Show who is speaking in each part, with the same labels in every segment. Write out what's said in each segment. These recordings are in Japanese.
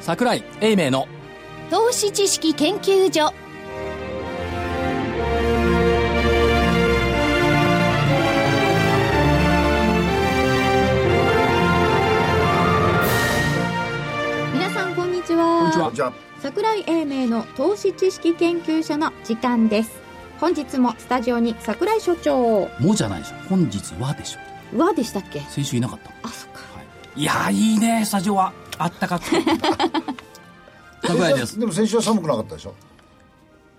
Speaker 1: 桜井英明の
Speaker 2: 投資知識研究所皆さんこんにちは
Speaker 1: こんにちは
Speaker 3: じゃあ
Speaker 2: 桜井英明の投資知識研究所の時間です本日もスタジオに桜井所長
Speaker 1: もじゃないでしょ本日はでしょ
Speaker 2: はでしたっけ
Speaker 1: 先週いなかったもん
Speaker 2: あそっか
Speaker 1: はいいやーいいねスタジオはあった かくて桜井です
Speaker 3: でも先週は寒くなかったでしょ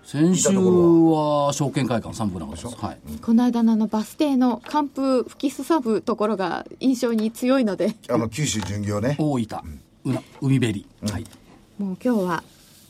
Speaker 1: 先週は証券会館寒くなかったですはい
Speaker 2: この間のあのバス停の寒風吹きすさぶところが印象に強いので
Speaker 3: あの九州巡業ね
Speaker 1: 大分うな海べり、はい
Speaker 2: もう今日は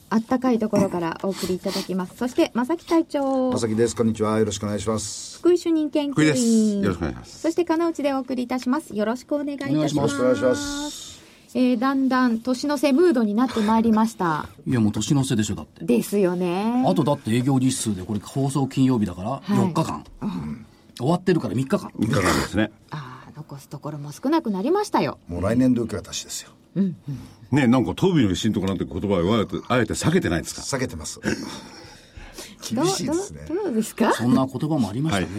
Speaker 2: あったかいところからお送りいただきますそして正木隊長
Speaker 3: 正木ですこんにちはよろしくお願いします
Speaker 2: 福井主任研
Speaker 4: 福井
Speaker 2: 究
Speaker 4: です。
Speaker 2: 員
Speaker 4: よろしくお願いします。
Speaker 2: そして金内でお送りいたしますよろしくお願いいたします
Speaker 1: お
Speaker 3: よ
Speaker 1: 願
Speaker 3: ろしくお願いします
Speaker 2: えーだんだん年の瀬ムードになってまいりました
Speaker 1: いやもう年の瀬でしょだって
Speaker 2: ですよね
Speaker 1: あとだって営業日数でこれ放送金曜日だから
Speaker 2: い
Speaker 1: 4日間、終わってるから3日間
Speaker 4: いかがですね。
Speaker 2: あー残すところも少なくなりましたよ
Speaker 3: もう来年度受け渡しですよ
Speaker 4: ねえなんか東美の新とかなんて言葉をあえてあえて避けてないですか。
Speaker 3: 避けてます
Speaker 2: どう
Speaker 3: 厳しいですね
Speaker 2: どうどうですか
Speaker 1: そんな言葉もありまし
Speaker 4: はい
Speaker 1: た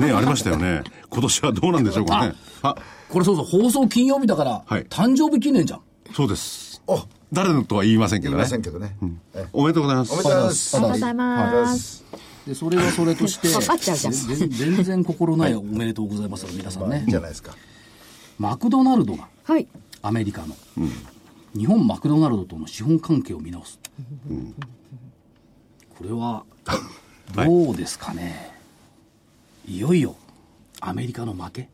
Speaker 1: ね、。
Speaker 4: ねえありましたよね。今年はどうなんでしょうかね。あ、
Speaker 1: これそうそう放送金曜日だから、
Speaker 4: はい
Speaker 1: 誕生日記念じゃん
Speaker 4: そうです。
Speaker 3: お言
Speaker 4: 誰のとは言いませんけ
Speaker 3: い
Speaker 4: どね
Speaker 3: ま。せんけどね、え
Speaker 4: おめでとうございます。
Speaker 3: おめでとうございます
Speaker 1: おめ
Speaker 2: でとうございます
Speaker 3: おめでとうございます
Speaker 1: でそれはそれと して
Speaker 2: 頑張っちゃうじゃん
Speaker 1: 全全然心ないおめでとうございますよ皆さん
Speaker 3: まあい
Speaker 1: ね
Speaker 3: いんじゃないですか
Speaker 1: マクドナルドが
Speaker 2: はい
Speaker 1: アメリカの、日本マクドナルドとの資本関係を見直す、これ は
Speaker 4: はい
Speaker 1: どうですかね、い、よいよアメリカの負け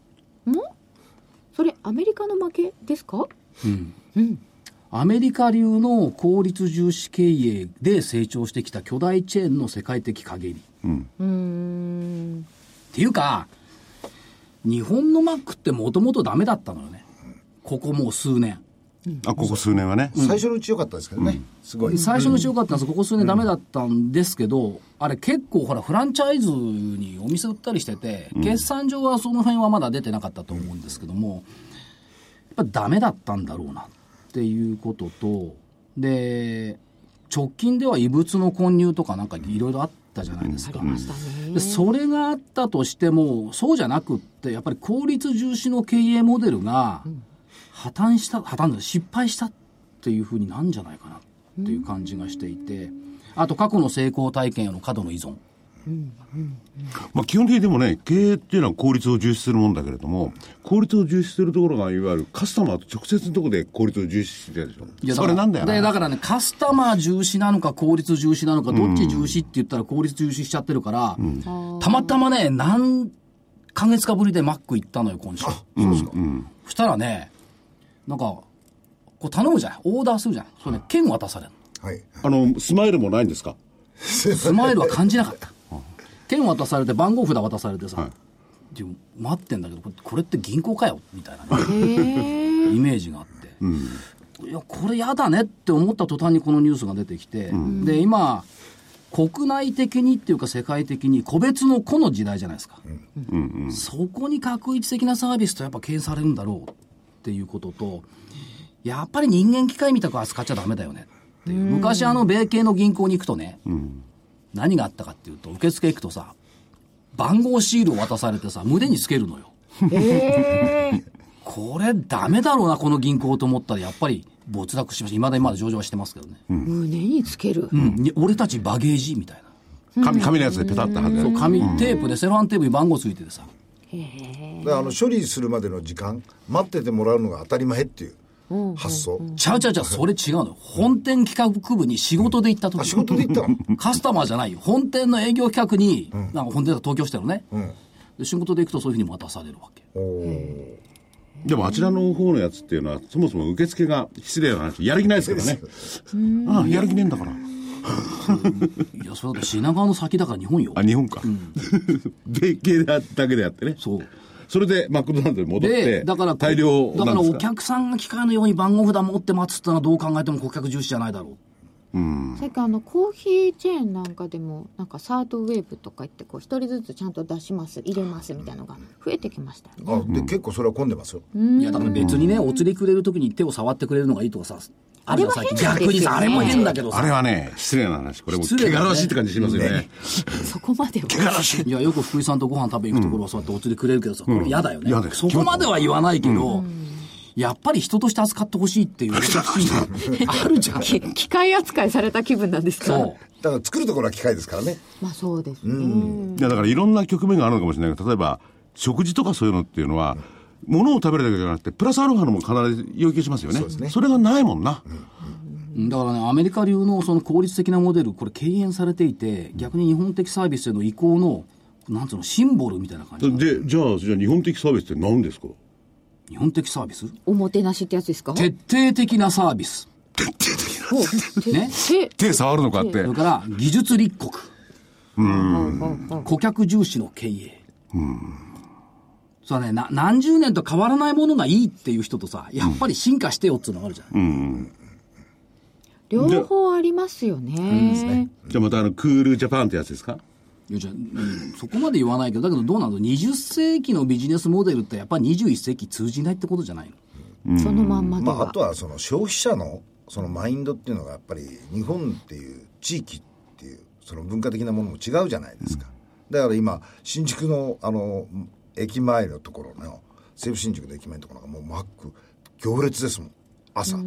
Speaker 2: それアメリカの負けですか
Speaker 1: アメリカ流の効率重視経営で成長してきた巨大チェーンの世界的陰り、っていうか日本のマックってもともとダメだったのよねここもう数年
Speaker 4: あここ数年はね。
Speaker 3: 最初のうち良かったですけどね、すごい
Speaker 1: 最初のうち良かったんですここ数年ダメだったんですけど、あれ結構ほらフランチャイズにお店売ったりしてて、決算上はその辺はまだ出てなかったと思うんですけども、やっぱダメだったんだろうなっていうこととで直近では異物の混入とかなんかいろいろあったじゃないですか、
Speaker 2: だね
Speaker 1: でそれがあったとしてもそうじゃなくってやっぱり効率重視の経営モデルが破綻した破綻失敗したっていうふうになんじゃないかなっていう感じがしていて、あと過去の成功体験への過度の依存
Speaker 4: まあ基本的にでもね経営っていうのは効率を重視するもんだけれども効率を重視するところがいわゆるカスタマーと直接のところで効率を重視してるでしょ。
Speaker 1: いや
Speaker 4: それなんだよ
Speaker 1: でだ
Speaker 4: ね。
Speaker 1: からねカスタマー重視なのか効率重視なのかどっち重視って言ったら効率重視しちゃってるから、たまたまね何ヶ月かぶりでマック行ったのよ今週
Speaker 3: そうですか、
Speaker 1: そしたらねなんかこう頼むじゃんオーダーするじゃんそれね券渡されるの
Speaker 3: はい
Speaker 4: あのスマイルもないんですか。
Speaker 1: スマイルは感じなかった。券渡されて番号札渡されてさ、
Speaker 4: はい
Speaker 1: でも待ってんだけどこれこれって銀行かよみたいなね、イメージがあって、いやこれやだねって思った途端にこのニュースが出てきて、で今国内的にっていうか世界的に個別の個の時代じゃないですか、そこに画一的なサービスとやっぱ敬遠されるんだろうっていうこととやっぱり人間機械みたく扱っちゃダメだよねっていう昔あの米系の銀行に行くとね、何があったかっていうと受付行くとさ番号シールを渡されてさ胸につけるのよ、これダメだろうなこの銀行と思ったらやっぱり没落しましたいまだにまだ上場はしてますけどね、
Speaker 2: 胸につける
Speaker 1: うんに俺たちバゲージみたいな
Speaker 4: 紙紙のやつでペタッと貼るやつ。
Speaker 1: 紙テープでセロハンテープに番号ついててさ
Speaker 3: だからあの処理するまでの時間待っててもらうのが当たり前っていう発想、
Speaker 1: ちゃうちゃうちゃうそれ違うのよ本店企画部に仕事で行った時、
Speaker 3: あ仕事で行ったの
Speaker 1: カスタマーじゃないよ本店の営業企画に、なんか本店が東京してるのね、で仕事で行くとそういうふうに渡されるわけ
Speaker 4: でもあちらの方のやつっていうのはそもそも受付が失礼な話やる気ないですからねああやる気ねえんだから
Speaker 1: いやそれだって品川の先だから日本よ
Speaker 4: あ日本か、 米系だけであってね
Speaker 1: そう
Speaker 4: それでマクドナルドに戻っ
Speaker 1: で
Speaker 4: て
Speaker 1: だから
Speaker 4: 大量
Speaker 1: だ
Speaker 4: な
Speaker 1: から
Speaker 4: んです
Speaker 1: お
Speaker 4: か
Speaker 1: 客さんが機械のように番号札持って待つってのはどう考えても顧客重視じゃないだろ
Speaker 2: 最近あのコーヒーチェーンなんかでもなんかサードウェーブとか言ってこう一人ずつちゃんと出します入れますみたいなのが増えてきましたよね
Speaker 3: あで結構それは混んでますよ
Speaker 1: う、いやだから別にねお釣りくれる時に手を触ってくれるのがいいとかさ
Speaker 2: あれは変なんですよ、ね、
Speaker 1: 逆にさあれも変だけどさ
Speaker 4: あれはね、失礼な話。これもう、
Speaker 1: 失礼だね
Speaker 4: 汚らしいって感じしますよね。
Speaker 2: そこまでは
Speaker 4: 汚らしい。
Speaker 1: いやよく福井さんとご飯食べに行くところはそうやっておつでくれるけどさ、これ嫌だよね
Speaker 4: 嫌だよ
Speaker 1: そこまでは言わないけど、やっぱり人として扱ってほしいって いうあるじゃん
Speaker 2: き 機械扱いされた気分なんですか
Speaker 1: そう
Speaker 3: だから作るところは機械ですからね
Speaker 2: まあそうですね、
Speaker 4: いやだからいろんな局面があるのかもしれないけど例えば食事とかそういうのっていうのは、物を食べるだけじゃなくてプラスアルファのも必ず要求しますよねそれがないもんな、
Speaker 1: うんだからね、アメリカ流のその効率的なモデル、これ、敬遠されていて、逆に日本的サービスへの移行の、なんつうの、シンボルみたいな感じなの
Speaker 4: でじゃあじゃあ日本的サービスって何ですか
Speaker 1: 日本的サービス
Speaker 2: おもてなしってやつですか
Speaker 1: 徹底的なサービス。
Speaker 2: ほう手
Speaker 1: ね
Speaker 2: 手
Speaker 4: 手触るのかって、
Speaker 1: それから、技術立国。
Speaker 2: ほうほう
Speaker 1: 顧客重視の経営。そうね、な、何十年と変わらないものがいいっていう人とさ、やっぱり進化してよっていうのがあるじゃん。
Speaker 2: 両方ありますよね
Speaker 4: じゃあまたあのクールジャパンってやつですか
Speaker 1: いやじゃあうんそこまで言わないけど、だけどどうなの ?20 世紀のビジネスモデルってやっぱり21世紀通じないってことじゃないの
Speaker 2: そのまんまで
Speaker 3: ま
Speaker 2: は、
Speaker 3: あ、あとはその消費者のそのマインドっていうのがやっぱり日本っていう地域っていうその文化的なものも違うじゃないですか、だから今新宿のあの駅前のところの西武新宿の駅前のところがもうマック行列ですもん朝って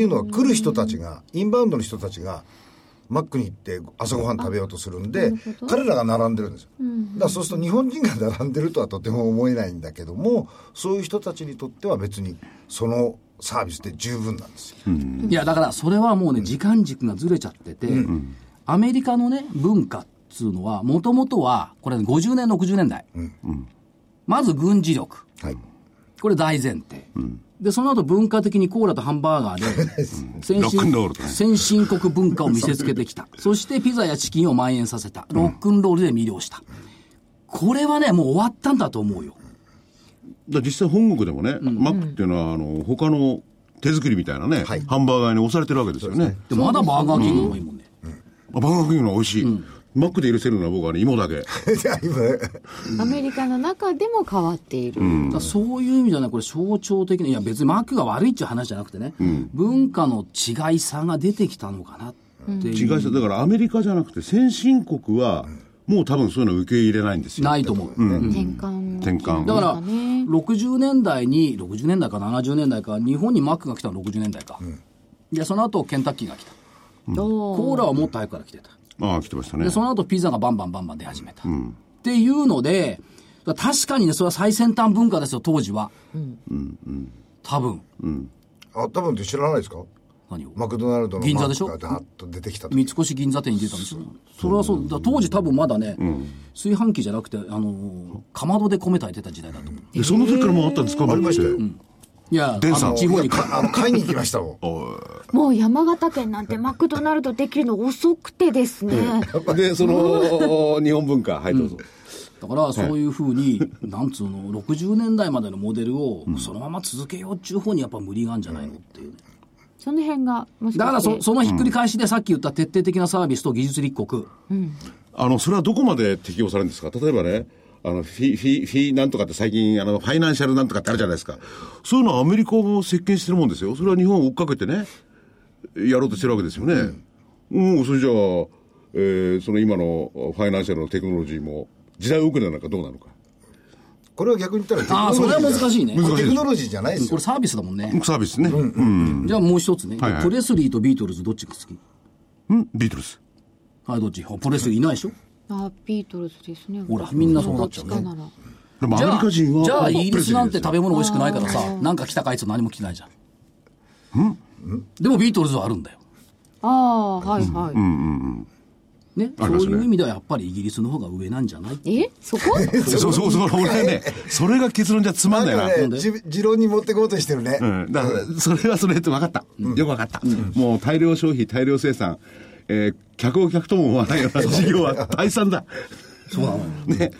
Speaker 3: いうのは来る人たちがインバウンドの人たちがマックに行って朝ごはん食べようとするんで彼らが並んでるんですよ、だからそうすると日本人が並んでるとはとても思えないんだけどもそういう人たちにとっては別にそのサービスで十分なんですよ、
Speaker 1: いや、だからそれはもうね、時間軸がずれちゃってて、アメリカのね、文化っつうのは、もともとは、これ50年、60年代。まず軍事力。
Speaker 3: はい
Speaker 1: これ大前提。で、その後文化的にコーラとハンバーガー で、先
Speaker 4: ロックンロールとね
Speaker 1: 先進国文化を見せつけてきた。そしてピザやチキンを蔓延させた。ロックンロールで魅了した。これはね、もう終わったんだと思うよ。
Speaker 4: だから実際本国でもね、マックっていうのはあの他の手作りみたいなね、ハンバーガーに押されてるわけですよね
Speaker 1: でまだバーガーキングの方がいいもんね。
Speaker 4: あバーガーキングのは美味しい、マックで許せるのは僕はね芋だけ
Speaker 3: じゃあ今
Speaker 2: アメリカの中でも変わっている、
Speaker 1: だからそういう意味じゃない、これ象徴的な、いや別にマークが悪いっていう話じゃなくてね、文化の違いさが出てきたのかなって
Speaker 4: 違
Speaker 1: いう、
Speaker 4: いさだからアメリカじゃなくて先進国はもう多分そういうの受け入れないんですよ
Speaker 1: ないと思う。
Speaker 2: 転換
Speaker 4: 転換
Speaker 1: だから、
Speaker 2: そうだね
Speaker 1: 60年代に、60年代か70年代か、日本にマックが来たの60年代か。で、その後ケンタッキーが来た。コ
Speaker 2: コ
Speaker 1: ーラはもっと早くから来てた。
Speaker 4: ああ来てましたね
Speaker 1: で、その後ピザがバンバンバンバン出始めた。っていうので、だから確かにね、それは最先端文化ですよ、当時は。多分。
Speaker 3: あ多分って知らないですか
Speaker 1: 何を
Speaker 3: マクドナルドの
Speaker 1: 銀座でしょ
Speaker 3: マックがダーッと出てきた時
Speaker 1: 三越銀座店に出たんですよ。それはそう、だ当時多分まだね、炊飯器じゃなくて、あのーかまどで米炊いてた時代だと思う。
Speaker 4: でその時からもうあったんですかマックって
Speaker 1: いや、
Speaker 4: デン
Speaker 1: あ
Speaker 4: さん
Speaker 1: の地方に
Speaker 3: いやかあの買いに行きました もん
Speaker 2: もう山形県なんてマクドナルドできるの遅くてですね、
Speaker 4: でその日本文化はいどうぞ、
Speaker 1: だからそういうふうに、なんつうの、60年代までのモデルをそのまま続けようっちゅう方にやっぱ無理があるんじゃないのっていうね。
Speaker 2: その辺がもしかして
Speaker 1: だからそそのひっくり返しでさっき言った徹底的なサービスと技術立国。
Speaker 4: あのそれはどこまで適用されるんですか例えばねあのフィフィフィなんとかって最近あのファイナンシャルなんとかってあるじゃないですかそういうのはアメリカを席巻してるもんですよそれは日本を追っかけてねやろうとしてるわけですよね、もうそれじゃあ、えーその今のファイナンシャルのテクノロジーも時代遅れなのかどうなのか
Speaker 3: これは逆に言ったら
Speaker 1: ああ、それは難しいね。
Speaker 4: 難しい
Speaker 3: テクノロジーじゃないです
Speaker 1: こ
Speaker 3: よ
Speaker 1: れサービスだもんね。
Speaker 4: サービスねうん、
Speaker 1: じゃあもう一つね、
Speaker 4: はいはい
Speaker 1: プレスリーとビートルズどっちが好き
Speaker 4: うん、ビートルズ
Speaker 1: はい、どっちあプレスリーいないでしょ
Speaker 2: あビートルズですね
Speaker 1: ほらみんなそうなっちゃうね
Speaker 2: どちかなら
Speaker 4: でも
Speaker 1: じ
Speaker 4: ア
Speaker 1: ゃ
Speaker 4: メ
Speaker 1: あ
Speaker 4: リカ人は
Speaker 1: じゃあイ
Speaker 4: やっぱ
Speaker 1: ギリスなんて食
Speaker 4: プレスリーですよ
Speaker 1: べ物美味しくないからさなんか来たかあいつ何も着ないじゃんでもビートルズはあるんだよ
Speaker 2: ああはいはい、
Speaker 1: ねそ
Speaker 4: あり
Speaker 1: う
Speaker 4: ますね
Speaker 1: いう意味ではやっぱりイギリスの方が上なんじゃない
Speaker 2: えそこ
Speaker 4: そうそうそう、俺はね、それが結論じゃつまんないな。
Speaker 3: なんかねじ持論に持ってこうとしてるね、
Speaker 4: うん、だから、それはそれって分かった。よく分かった。もう大量消費、大量生産、えー客を客とも思わないような事業は大賛だ。
Speaker 1: そうなのよ
Speaker 4: ね。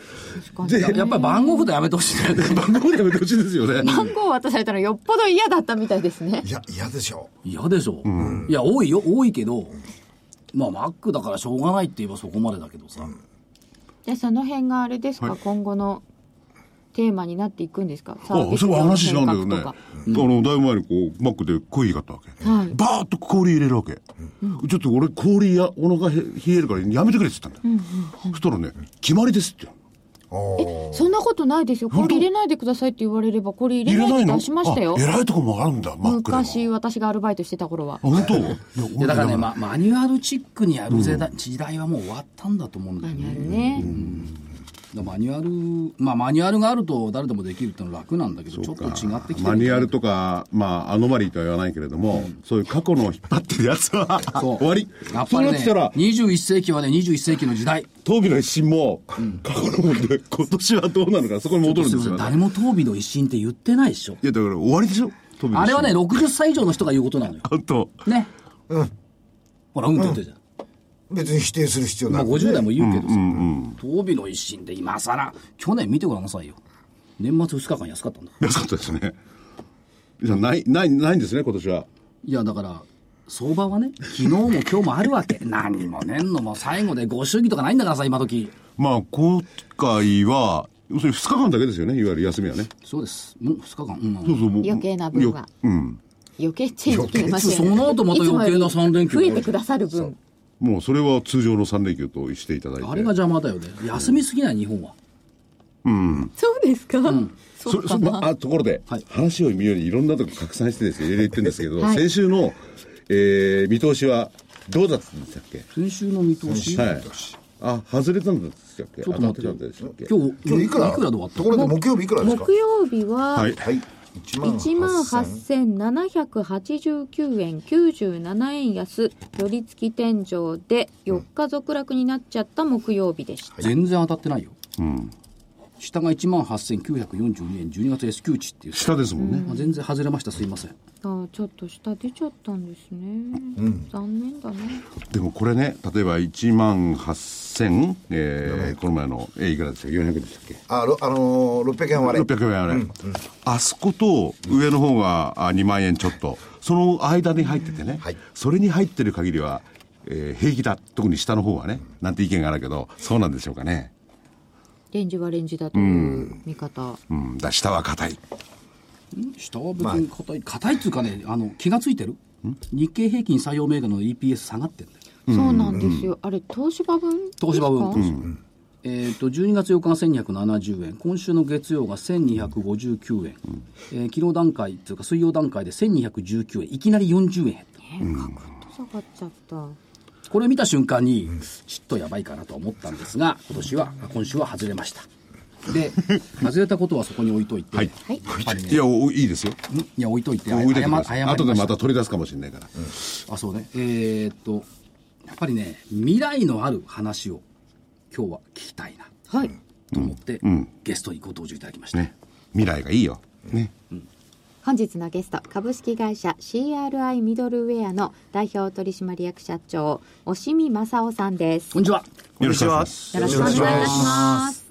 Speaker 1: でややっぱり番号札やめてほしいね
Speaker 4: 番組でやめてほしいですよね。
Speaker 2: 番号渡されたらよっぽど嫌だったみたいですね
Speaker 3: いや嫌でしょ
Speaker 1: 嫌でしょいや多いよ多いけどまあマックだからしょうがないって言えばそこまでだけどさ
Speaker 2: じゃあその辺があれですか、今後のテーマになっていくんですかサービ
Speaker 4: あ、
Speaker 2: ス
Speaker 4: それは話違うんだよね。
Speaker 2: の
Speaker 4: あ
Speaker 2: 感
Speaker 4: の、だいぶ前にこう、マックでコーヒー買ったわけ。
Speaker 2: はい
Speaker 4: バーッと氷入れるわけ。ちょっと俺氷や、お腹へ冷えるからやめてくれって言ったんだよ。そしたらね、決まりですって言うの。
Speaker 3: お
Speaker 2: 覚とかそんなことないですよ
Speaker 4: 本当
Speaker 2: 氷入れないでくださいって言われれば氷入れないって出しましたよ
Speaker 4: あ偉いとこもあるんだ、マックでも。
Speaker 2: 昔私がアルバイトしてた頃は
Speaker 4: あ本当
Speaker 1: いやだからね、ま、マニュアルチックにやる時代,、時代はもう終わったんだと思うんだよね。
Speaker 2: ね、
Speaker 1: だからマニュアル、まあ、マニュアルがあると誰でもできるってのは楽なんだけど、ちょっと違ってきて
Speaker 4: マニュアル
Speaker 1: と。
Speaker 4: とか、まあ、アノマリーとは言わないけれども、そういう過去の引っ張ってるやつは、
Speaker 1: そう
Speaker 4: 終わり。
Speaker 1: やっ
Speaker 4: そ
Speaker 1: ぱ
Speaker 4: う
Speaker 1: り
Speaker 4: な
Speaker 1: ね
Speaker 4: ってたら、、
Speaker 1: 21世紀はね、21世紀の時代。
Speaker 4: 東美の一心も、過去のもんで、今年はどうなのか、そこに戻る
Speaker 1: す
Speaker 4: んで
Speaker 1: いますせん
Speaker 4: よ、ね。
Speaker 1: 誰も東美の一新って言ってないでしょ。
Speaker 4: いや、だから終わりでしょ東美の
Speaker 1: あ
Speaker 4: 一
Speaker 1: れは
Speaker 4: 心
Speaker 1: ね、60歳以上の人が言うことなのよ。
Speaker 4: 本当。
Speaker 1: ね。
Speaker 3: うん
Speaker 1: ほら、うんって言ってるじゃん。
Speaker 3: 別に否定する必要な
Speaker 1: まあ
Speaker 3: い、
Speaker 1: 50代も言うけどさ、東美の一新で今更、去年見てごらんなさいよ。年末2日間安かったんだ。
Speaker 4: 安かったですね。じゃあない、ない、ないんですね、今年は。
Speaker 1: いや、だから、相場はね、昨日も今日もあるわ け。何もねんのも最後でご祝儀とかないんだからさ、今時。
Speaker 4: まあ、今回は、要するに2日間だけですよね、いわゆる休みはね。
Speaker 1: そうです。もう2日間。うん
Speaker 4: そうそう、もう
Speaker 2: 余計な分は
Speaker 4: ようん。
Speaker 2: 余計チェンジ決めました
Speaker 1: その後また余計な三連休
Speaker 2: 増えてくださる分
Speaker 4: もうそれは通常の3連休としていただいて。
Speaker 1: あれが邪魔だよね。休みすぎない、日本は。
Speaker 2: そうですか、
Speaker 4: それそまあところで、
Speaker 1: はい
Speaker 4: 話を見るようにいろんなとこ拡散してですね、いろいろ言ってるんですけど、
Speaker 2: はい
Speaker 4: 先週の、えー見通しはどうだったんでしたっけ
Speaker 1: 先週の見通し。
Speaker 4: はい。あ、外れたんでしたっけ
Speaker 1: ちょっと待って
Speaker 4: 当たたんでしたっけ
Speaker 1: 今日、
Speaker 3: 今日いくら
Speaker 1: いくらで終わった
Speaker 3: ところで木曜日いくらですか
Speaker 2: 木曜日は、
Speaker 4: はい。
Speaker 3: はい1
Speaker 2: 1万8789円97円安寄り付き天井で4日続落になっちゃった木曜日でした、
Speaker 1: 全然当たってないよ。下が1万8942円、12月 S q 値っていう。
Speaker 4: 下ですもんね。
Speaker 1: まあ全然外れました、すいません。
Speaker 2: ああちょっと下出ちゃったんですね、残念だね
Speaker 4: でもこれね、例えば1万8000、えーこの前の、えーいくらでしたっけ ?400 でしたっけ
Speaker 3: あろあのー、600円割れ
Speaker 4: 600円あれ、あそこと上の方があ2万円ちょっとその間に入っててね、
Speaker 3: はい
Speaker 4: それに入ってる限りは、えー平気だ特に下の方はねなんて意見があるけどそうなんでしょうかね
Speaker 2: レンジはレンジだという見方、
Speaker 4: うんだ下は硬い
Speaker 1: 下は別に硬い、硬いっていうかね、あの、気がついてる日経平均採用銘柄の EPS 下がってんだよ。
Speaker 2: そうなんですよ、あれ東芝分
Speaker 1: 東芝分
Speaker 2: ですか
Speaker 1: えー、と12月8日が1270円、今週の月曜が1259円、えー昨日段階というか、水曜段階で1219円、いきなり40円減っ
Speaker 2: えーガクッと下がっちゃった、
Speaker 1: た、これ見た瞬間に、ちょっとやばいかなとは思ったんですが、今年は、今週は外れました。で、 外れたことはそこに置いといて、
Speaker 4: はい
Speaker 2: はい
Speaker 4: いやおいいですよ
Speaker 1: んいや、置いといて、
Speaker 4: 置いといてくだ
Speaker 1: ま
Speaker 4: さい
Speaker 1: 謝り
Speaker 4: 後でま
Speaker 1: した
Speaker 4: 取り出すかもしれないから、
Speaker 1: あそうねえーっとやっぱりね未来のある話を今日は聞きたいな
Speaker 2: はい
Speaker 1: と思って、ゲストにご登場いただきました、
Speaker 4: ね未来がいいよね
Speaker 2: 本日のゲスト株式会社 CRI ミドルウェアの代表取締役社長押見正夫さんです
Speaker 1: こんにちは
Speaker 4: よろしくお願いします
Speaker 2: よろしくお願いいたします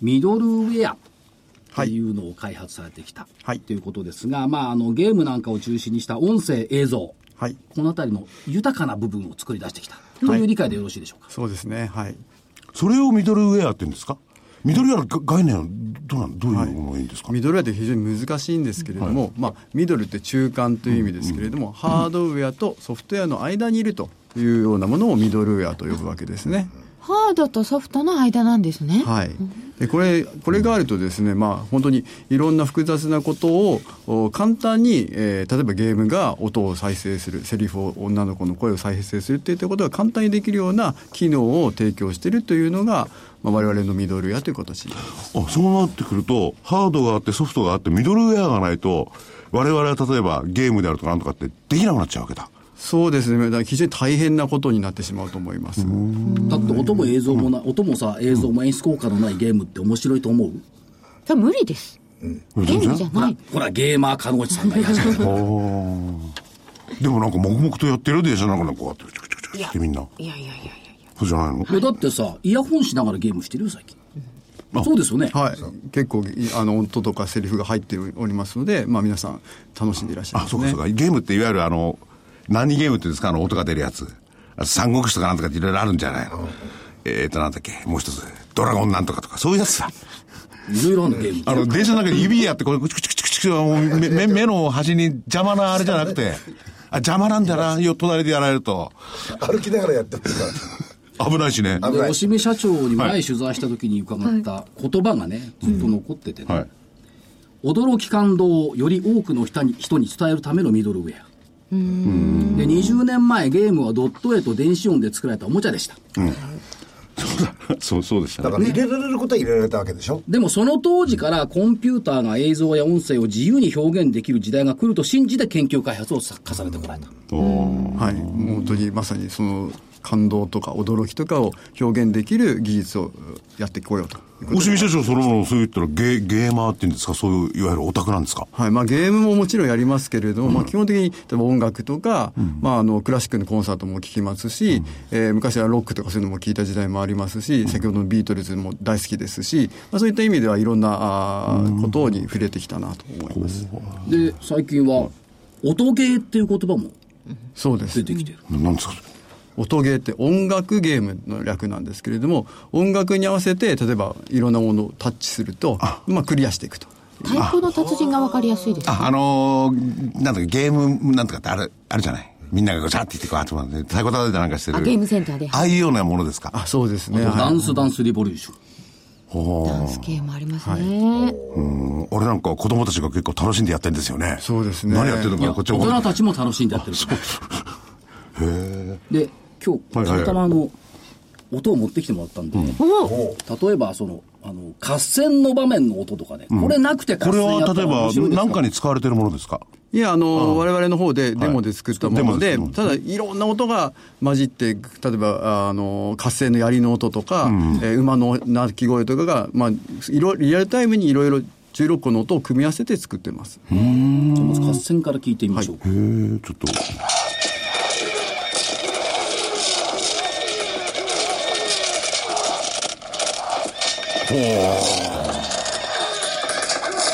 Speaker 1: ミドルウェアっていうのを開発されてきた、
Speaker 5: はい
Speaker 1: ということですが、まあ、あのゲームなんかを中心にした音声映像
Speaker 5: はい、
Speaker 1: この辺りの豊かな部分を作り出してきたという理解でよろしいでしょうか、
Speaker 5: そうですね、はい。
Speaker 4: それをミドルウェアって言うんですかミドルウェアの概念はどうなんどういうものがいいんですか、
Speaker 5: ミドルウェアって非常に難しいんですけれども、まあ、ミドルって中間という意味ですけれども、ハードウェアとソフトウェアの間にいるというようなものをミドルウェアと呼ぶわけですね。
Speaker 2: ハードとソフトの間なんですね、
Speaker 5: はい、でこれこれがあるとですね、まあ、本当にいろんな複雑なことをお簡単に、えー例えばゲームが音を再生するセリフを女の子の声を再生するっていったことが簡単にできるような機能を提供しているというのが、まあ、我々のミドルウェアという形
Speaker 4: あそうなってくるとハードがあってソフトがあってミドルウェアがないと我々は例えばゲームであるとかなんとかってできなくなっちゃうわけだ
Speaker 5: そうですねだから非常に大変なことになってしまうと思います。
Speaker 1: だって音も映像もな、音もさ映像も演出効果のないゲームって面白いと思う、
Speaker 2: それ無理ですゲームじゃ
Speaker 1: ほ
Speaker 2: な
Speaker 1: ら
Speaker 2: い
Speaker 1: ほらゲーマー鹿野内さんがいらっしゃる
Speaker 4: でもなんか黙々とやってるでしょなんかこうやってチクチクチクチクってみんない
Speaker 2: やいやいやいや
Speaker 4: そうじゃないの
Speaker 1: いやだってさイヤホンしながらゲームしてるよ最近そうですよね、
Speaker 5: はい、結構いあの音とかセリフが入っておりますので、まあ、皆さん楽しんでいらっしゃい
Speaker 4: あ
Speaker 5: ま
Speaker 4: そ
Speaker 5: す
Speaker 4: うか
Speaker 5: ね
Speaker 4: そう。かゲームっていわゆるあの何ゲームって言うんですかあの音が出るやつあ三国志とかなんとかっていろいろあるんじゃないのえっ、ー、となんだっけもう一つドラゴンなんとかとかそういうやつだ
Speaker 1: いろいろあるのゲーム
Speaker 4: あの、電車の中で指やって、これ、チクチクチクチク、もう目目目の端に邪魔なあれじゃなくて、あ、邪魔なんだな、よ、隣でやられると。
Speaker 3: 歩きながらやってますから
Speaker 4: 危ないしね。
Speaker 3: 危
Speaker 1: で
Speaker 3: ない
Speaker 1: 押目社長に前取材した時に伺った言葉がね、ずっと残っててね、
Speaker 4: はい。
Speaker 1: 驚き感動をより多くの人に人に伝えるためのミドルウェア。で20年前ゲームはドット絵と電子音で作られたおもちゃでした
Speaker 4: そう、そうでした
Speaker 3: だ
Speaker 4: ね。
Speaker 3: から入れられることは入れられたわけでしょ
Speaker 1: でもその当時からコンピューターが映像や音声を自由に表現できる時代が来ると信じて研究開発をさ重ねてこられた、
Speaker 5: はい、もう本当にまさにその感動とか驚きとかを表現できる技術をやってこようということ
Speaker 4: 押見社長そのものをそう言ったらゲーゲーマーっていうんですかそういういわゆるオタクなんですか
Speaker 5: はいまあ、ゲームももちろんやりますけれども、まあ、基本的に例えば音楽とか、まあ、あのクラシックのコンサートも聴きますし、えー昔はロックとかそういうのも聴いた時代もありますし、先ほどのビートルズも大好きですし、まあ、そういった意味ではいろんなあーことに触れてきたなと思います、
Speaker 1: で最近は音ゲーっていう言葉も
Speaker 5: そうです
Speaker 1: 出てきてる、
Speaker 4: なんですか
Speaker 5: 音ゲーって音楽ゲームの略なんですけれども音楽に合わせて例えばいろんなものをタッチするとまあ、クリアしていくと
Speaker 2: 太鼓の達人が分かりやすいですね
Speaker 4: ああのー、なんだかゲームなんとかってあるあるじゃないみんながごちゃって言ってこう集まって太鼓叩いてなんかしてる
Speaker 2: あゲームセンターで
Speaker 4: ああいうようなものですか
Speaker 5: あそうですね
Speaker 1: あとダ
Speaker 5: はい
Speaker 1: ンスダンスリボリューション、
Speaker 2: ダンス系もありますね、
Speaker 4: うん俺なんか子供たちが結構楽しんでやってるんですよね
Speaker 5: そうですね
Speaker 4: 何やってるの
Speaker 1: い
Speaker 4: か
Speaker 1: や
Speaker 4: なこ
Speaker 1: 大
Speaker 4: っちは分かんな
Speaker 1: 人
Speaker 4: い
Speaker 1: たちも楽しんでやってるで今日た
Speaker 4: はいはいはい
Speaker 1: またまあの音を持ってきてもらったんで、
Speaker 2: お
Speaker 1: 例えばそのあの合戦の場面の音とかね、これなくて合
Speaker 4: これ
Speaker 1: 戦やったら
Speaker 4: は例えば
Speaker 1: 面白いです
Speaker 4: 何かに使われてるものですか
Speaker 5: いやあの我々の方でデモで作ったもので、
Speaker 4: デモです
Speaker 5: ただいろんな音が混じって例えばあの合戦の槍の音とか、えー馬の鳴き声とかが、まあ、いろリアルタイムにいろいろ16個の音を組み合わせて作ってます
Speaker 1: じゃあまず合戦から聞いてみましょうか、
Speaker 4: へえちょっと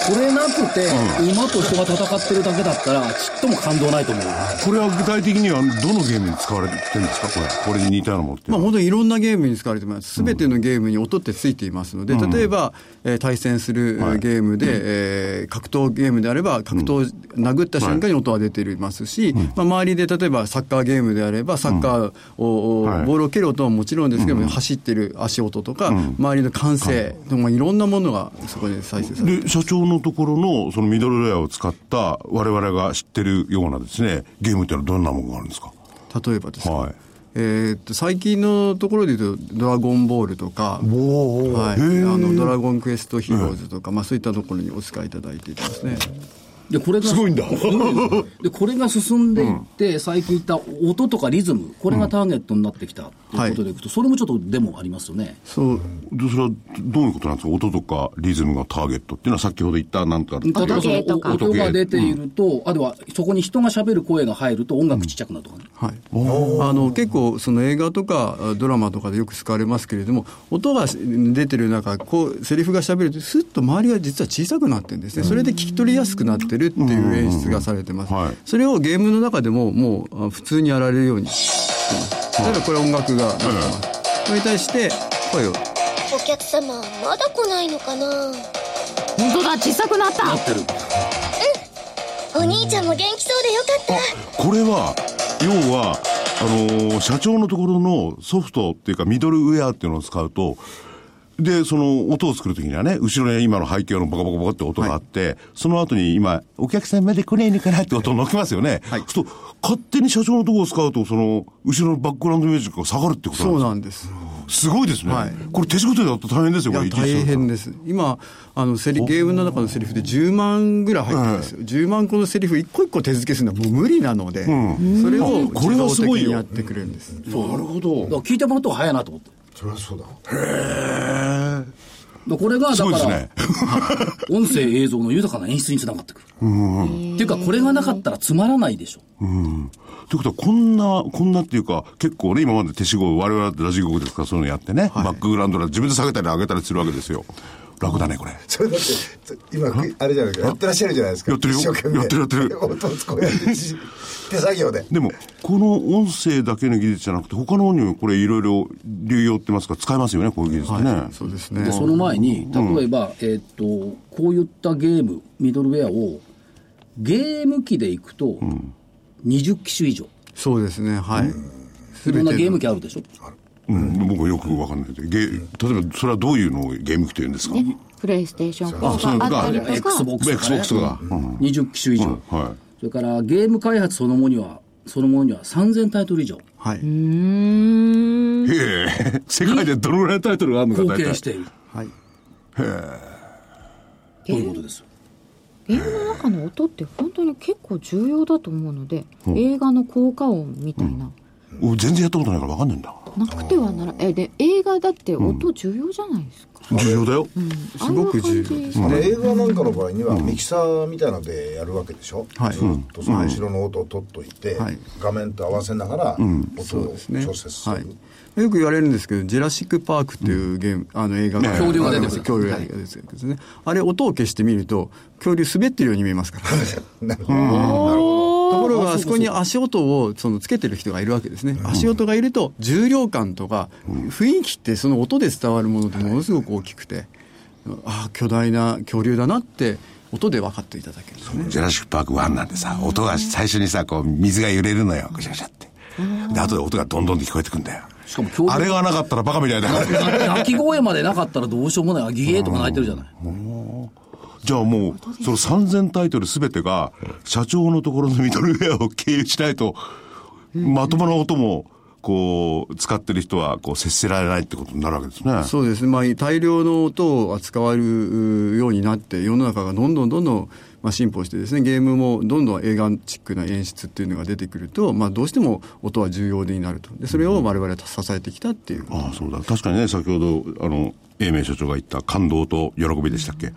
Speaker 1: これなくて、馬と人が戦ってるだけだったらちっとも感動ないと思う
Speaker 4: これは具体的にはどのゲームに使われてるんですかこれこれに似たようなものって
Speaker 5: まあ、本当にいろんなゲームに使われてます。すべてのゲームに音ってついていますので、例えば、えー対戦するえーゲームで、えー格闘ゲームであれば、格闘、殴った瞬間に音は出ていますし、まあ、周りで例えばサッカーゲームであれば、サッカーを、
Speaker 4: はい
Speaker 5: ボールを蹴る音はもちろんですけども、走ってる足音とか、周りの歓声、まあ、いろんなものがそこで再生されて
Speaker 4: で社長のところのそのミドルレアを使った我々が知ってるようなですねゲームっていうのはどんなものがあるんですか
Speaker 5: 例えばですね、
Speaker 4: はい
Speaker 5: えーっと最近のところで言うと「ドラゴンボール」とか「はい、あのドラゴンクエストヒーローズ」とか、まあ、そういったところにお使いいただいていますね
Speaker 1: でこれが
Speaker 4: すごいん だ
Speaker 1: でこれが進んでいって、最近言った音とかリズムこれがターゲットになってきたということでいくと、それもちょっとデモありますよね
Speaker 5: そう
Speaker 4: でそれはどういうことなんですか音とかリズムがターゲットっていうのは先ほど言ったなんとか
Speaker 1: 例えばその
Speaker 2: 音ゲーとか
Speaker 1: 音が出ていると、あとはそこに人が喋る声が入ると音楽ちっちゃくなるとかね、
Speaker 5: はい、あの結構その映画とかあドラマとかでよく使われますけれども音がし出てる中こうセリフがしゃべるとスッと周りが実は小さくなってるんですねそれで聞き取りやすくなってるっていう演出がされてます、
Speaker 4: うんはい
Speaker 5: それをゲームの中でももうあ普通にやられるようにしてます例えばこれ音楽が鳴ってます、それに対して声を
Speaker 6: お客様まだ来ないのかな
Speaker 2: 本当だ小さくなった
Speaker 1: なってる
Speaker 6: お兄ちゃんも元気そうでよかった
Speaker 4: これは要はあのー社長のところのソフトっていうかミドルウェアっていうのを使うとでその音を作る時にはね後ろに今の背景のボカボカボカって音があって、その後に今お客さんまで来ないのかなって音を乗っけますよね、
Speaker 5: はい
Speaker 4: そうすると勝手に社長のところを使うとその後ろのバックグラウンドミュージックが下がるってことなん
Speaker 5: そ
Speaker 4: で
Speaker 5: う
Speaker 4: すか
Speaker 5: なんです
Speaker 4: すごいですね、
Speaker 5: はい
Speaker 4: これ手仕事だと大変ですよ
Speaker 5: い
Speaker 4: こ
Speaker 5: や
Speaker 4: れ
Speaker 5: 大変です今あのセリゲームの中のセリフで10万ぐらい入ってるんですよ、10万個のセリフ一個一個手付けするのはもう無理なので、それを
Speaker 4: これ
Speaker 5: 自
Speaker 4: は
Speaker 5: 動
Speaker 4: す
Speaker 5: 的
Speaker 4: ごいよ
Speaker 5: にやってくれるんです
Speaker 4: なるほど
Speaker 1: だから聞いてもらった方が早いなと思って
Speaker 3: それはそうだ
Speaker 1: でこれが
Speaker 4: す
Speaker 1: だ
Speaker 4: ごい
Speaker 1: か
Speaker 4: です
Speaker 1: ら、
Speaker 4: ね
Speaker 1: 音声映像の豊かな演出につながってくる、っていうかこれがなかったらつまらないでしょ
Speaker 4: ということは、こんな、こんなっていうか、結構ね、今まで手仕事、我々だってラジオ局ですから、そういうのやってね、バックグラウンドで自分で下げたり上げたりするわけですよ。楽だね、これ。
Speaker 3: それだってそ今あれじゃないですかやってらっしゃるじゃないですか
Speaker 4: やってるよ
Speaker 3: 一生懸命
Speaker 4: やってるやってる
Speaker 3: 音をこうやってじ手作業で
Speaker 4: でも、この音声だけの技術じゃなくて、他の音にもこれいろいろ流用って言いますか、使えますよね、こういう技術ってね。
Speaker 5: そうですね
Speaker 1: でその前に例えば、えーっとこういったゲームミドルウェアをゲーム機でいくと20機種以上
Speaker 5: そうですねはい
Speaker 1: い
Speaker 5: す
Speaker 1: ろんなゲーム機あるでしょ
Speaker 4: うん、僕はよくわかんないけど、ゲ例えばそれはどういうのをゲーム機というんですか、
Speaker 2: ねプレイステーション
Speaker 4: あそ
Speaker 2: 4
Speaker 4: ういうこ
Speaker 2: が
Speaker 4: と
Speaker 2: あ
Speaker 4: か
Speaker 2: ったりとか
Speaker 1: XBOX とか、ね、
Speaker 4: Xbox とかうん
Speaker 1: 20機種以上、
Speaker 4: うんはい
Speaker 1: それからゲーム開発そのものにはそのものには3000タイトル以上
Speaker 5: はいう
Speaker 2: ーん
Speaker 4: へえ、世界でどのぐらいのタイトルがあるのか、
Speaker 1: 貢
Speaker 4: 大
Speaker 1: 献
Speaker 4: 体
Speaker 1: し。ている
Speaker 5: はい
Speaker 1: ということです
Speaker 2: 映画の中の音って本当に結構重要だと思うので、映画の効果音みたいな、
Speaker 4: 俺全然やったことないからわかんないんだ。
Speaker 2: なくてはならえで映画だって音重要じゃないですか、
Speaker 4: 重要だよ。
Speaker 2: あんな感じ
Speaker 5: すごく重要で
Speaker 3: で映画なんかの場合にはミキサーみたいなのでやるわけでしょ、
Speaker 5: はい
Speaker 3: ずっとその後ろの音を取っといて、
Speaker 5: はい
Speaker 3: 画面と合わせながら音
Speaker 5: そ
Speaker 3: を
Speaker 5: うですね
Speaker 3: 調節する、
Speaker 5: はい、よく言われるんですけど「ジェラシック・パーク」っていうゲーム、あの映画が
Speaker 1: 恐竜が出てくる
Speaker 5: 恐竜が出てくるんですね、あれ音を消してみると恐竜滑ってるように見えますから
Speaker 3: なるほどなるほ
Speaker 5: ところがあそこに足音をそのつけてる人がいるわけですね、足音がいると重量感とか、雰囲気ってその音で伝わるものってものすごく大きくて、ああ巨大な恐竜だなって音で分かっていただけるんですね
Speaker 4: ジェラシック・パーク1なんてさ、音が最初にさ、こう、水が揺れるのよ、ぐしゃぐしゃって。で、後で音がどんどんって聞こえてくんだよ。
Speaker 1: しかも恐
Speaker 4: あれ
Speaker 1: 竜
Speaker 4: がなかったらバカみたいだよ。
Speaker 1: 鳴き声までなかったらどうしようもないギゲーとか鳴いてるじゃない
Speaker 4: じゃあもう、その3000タイトル全てが、社長のところのミドルウェアを経由しないと、まともな音も、こう、使ってる人は、こう、接せられないってことになるわけですね。
Speaker 5: そうですね、まあ、大量の音を扱われるようになって世の中がどんどんどんどん、まあ、進歩してですねゲームもどんどん映画チックな演出っていうのが出てくると、まあ、どうしても音は重要になるとでそれを我々は支えてきたっていう、
Speaker 4: ああ、そうだ。確かにね、先ほど、あの、英明所長が言った感動と喜びでしたっけ。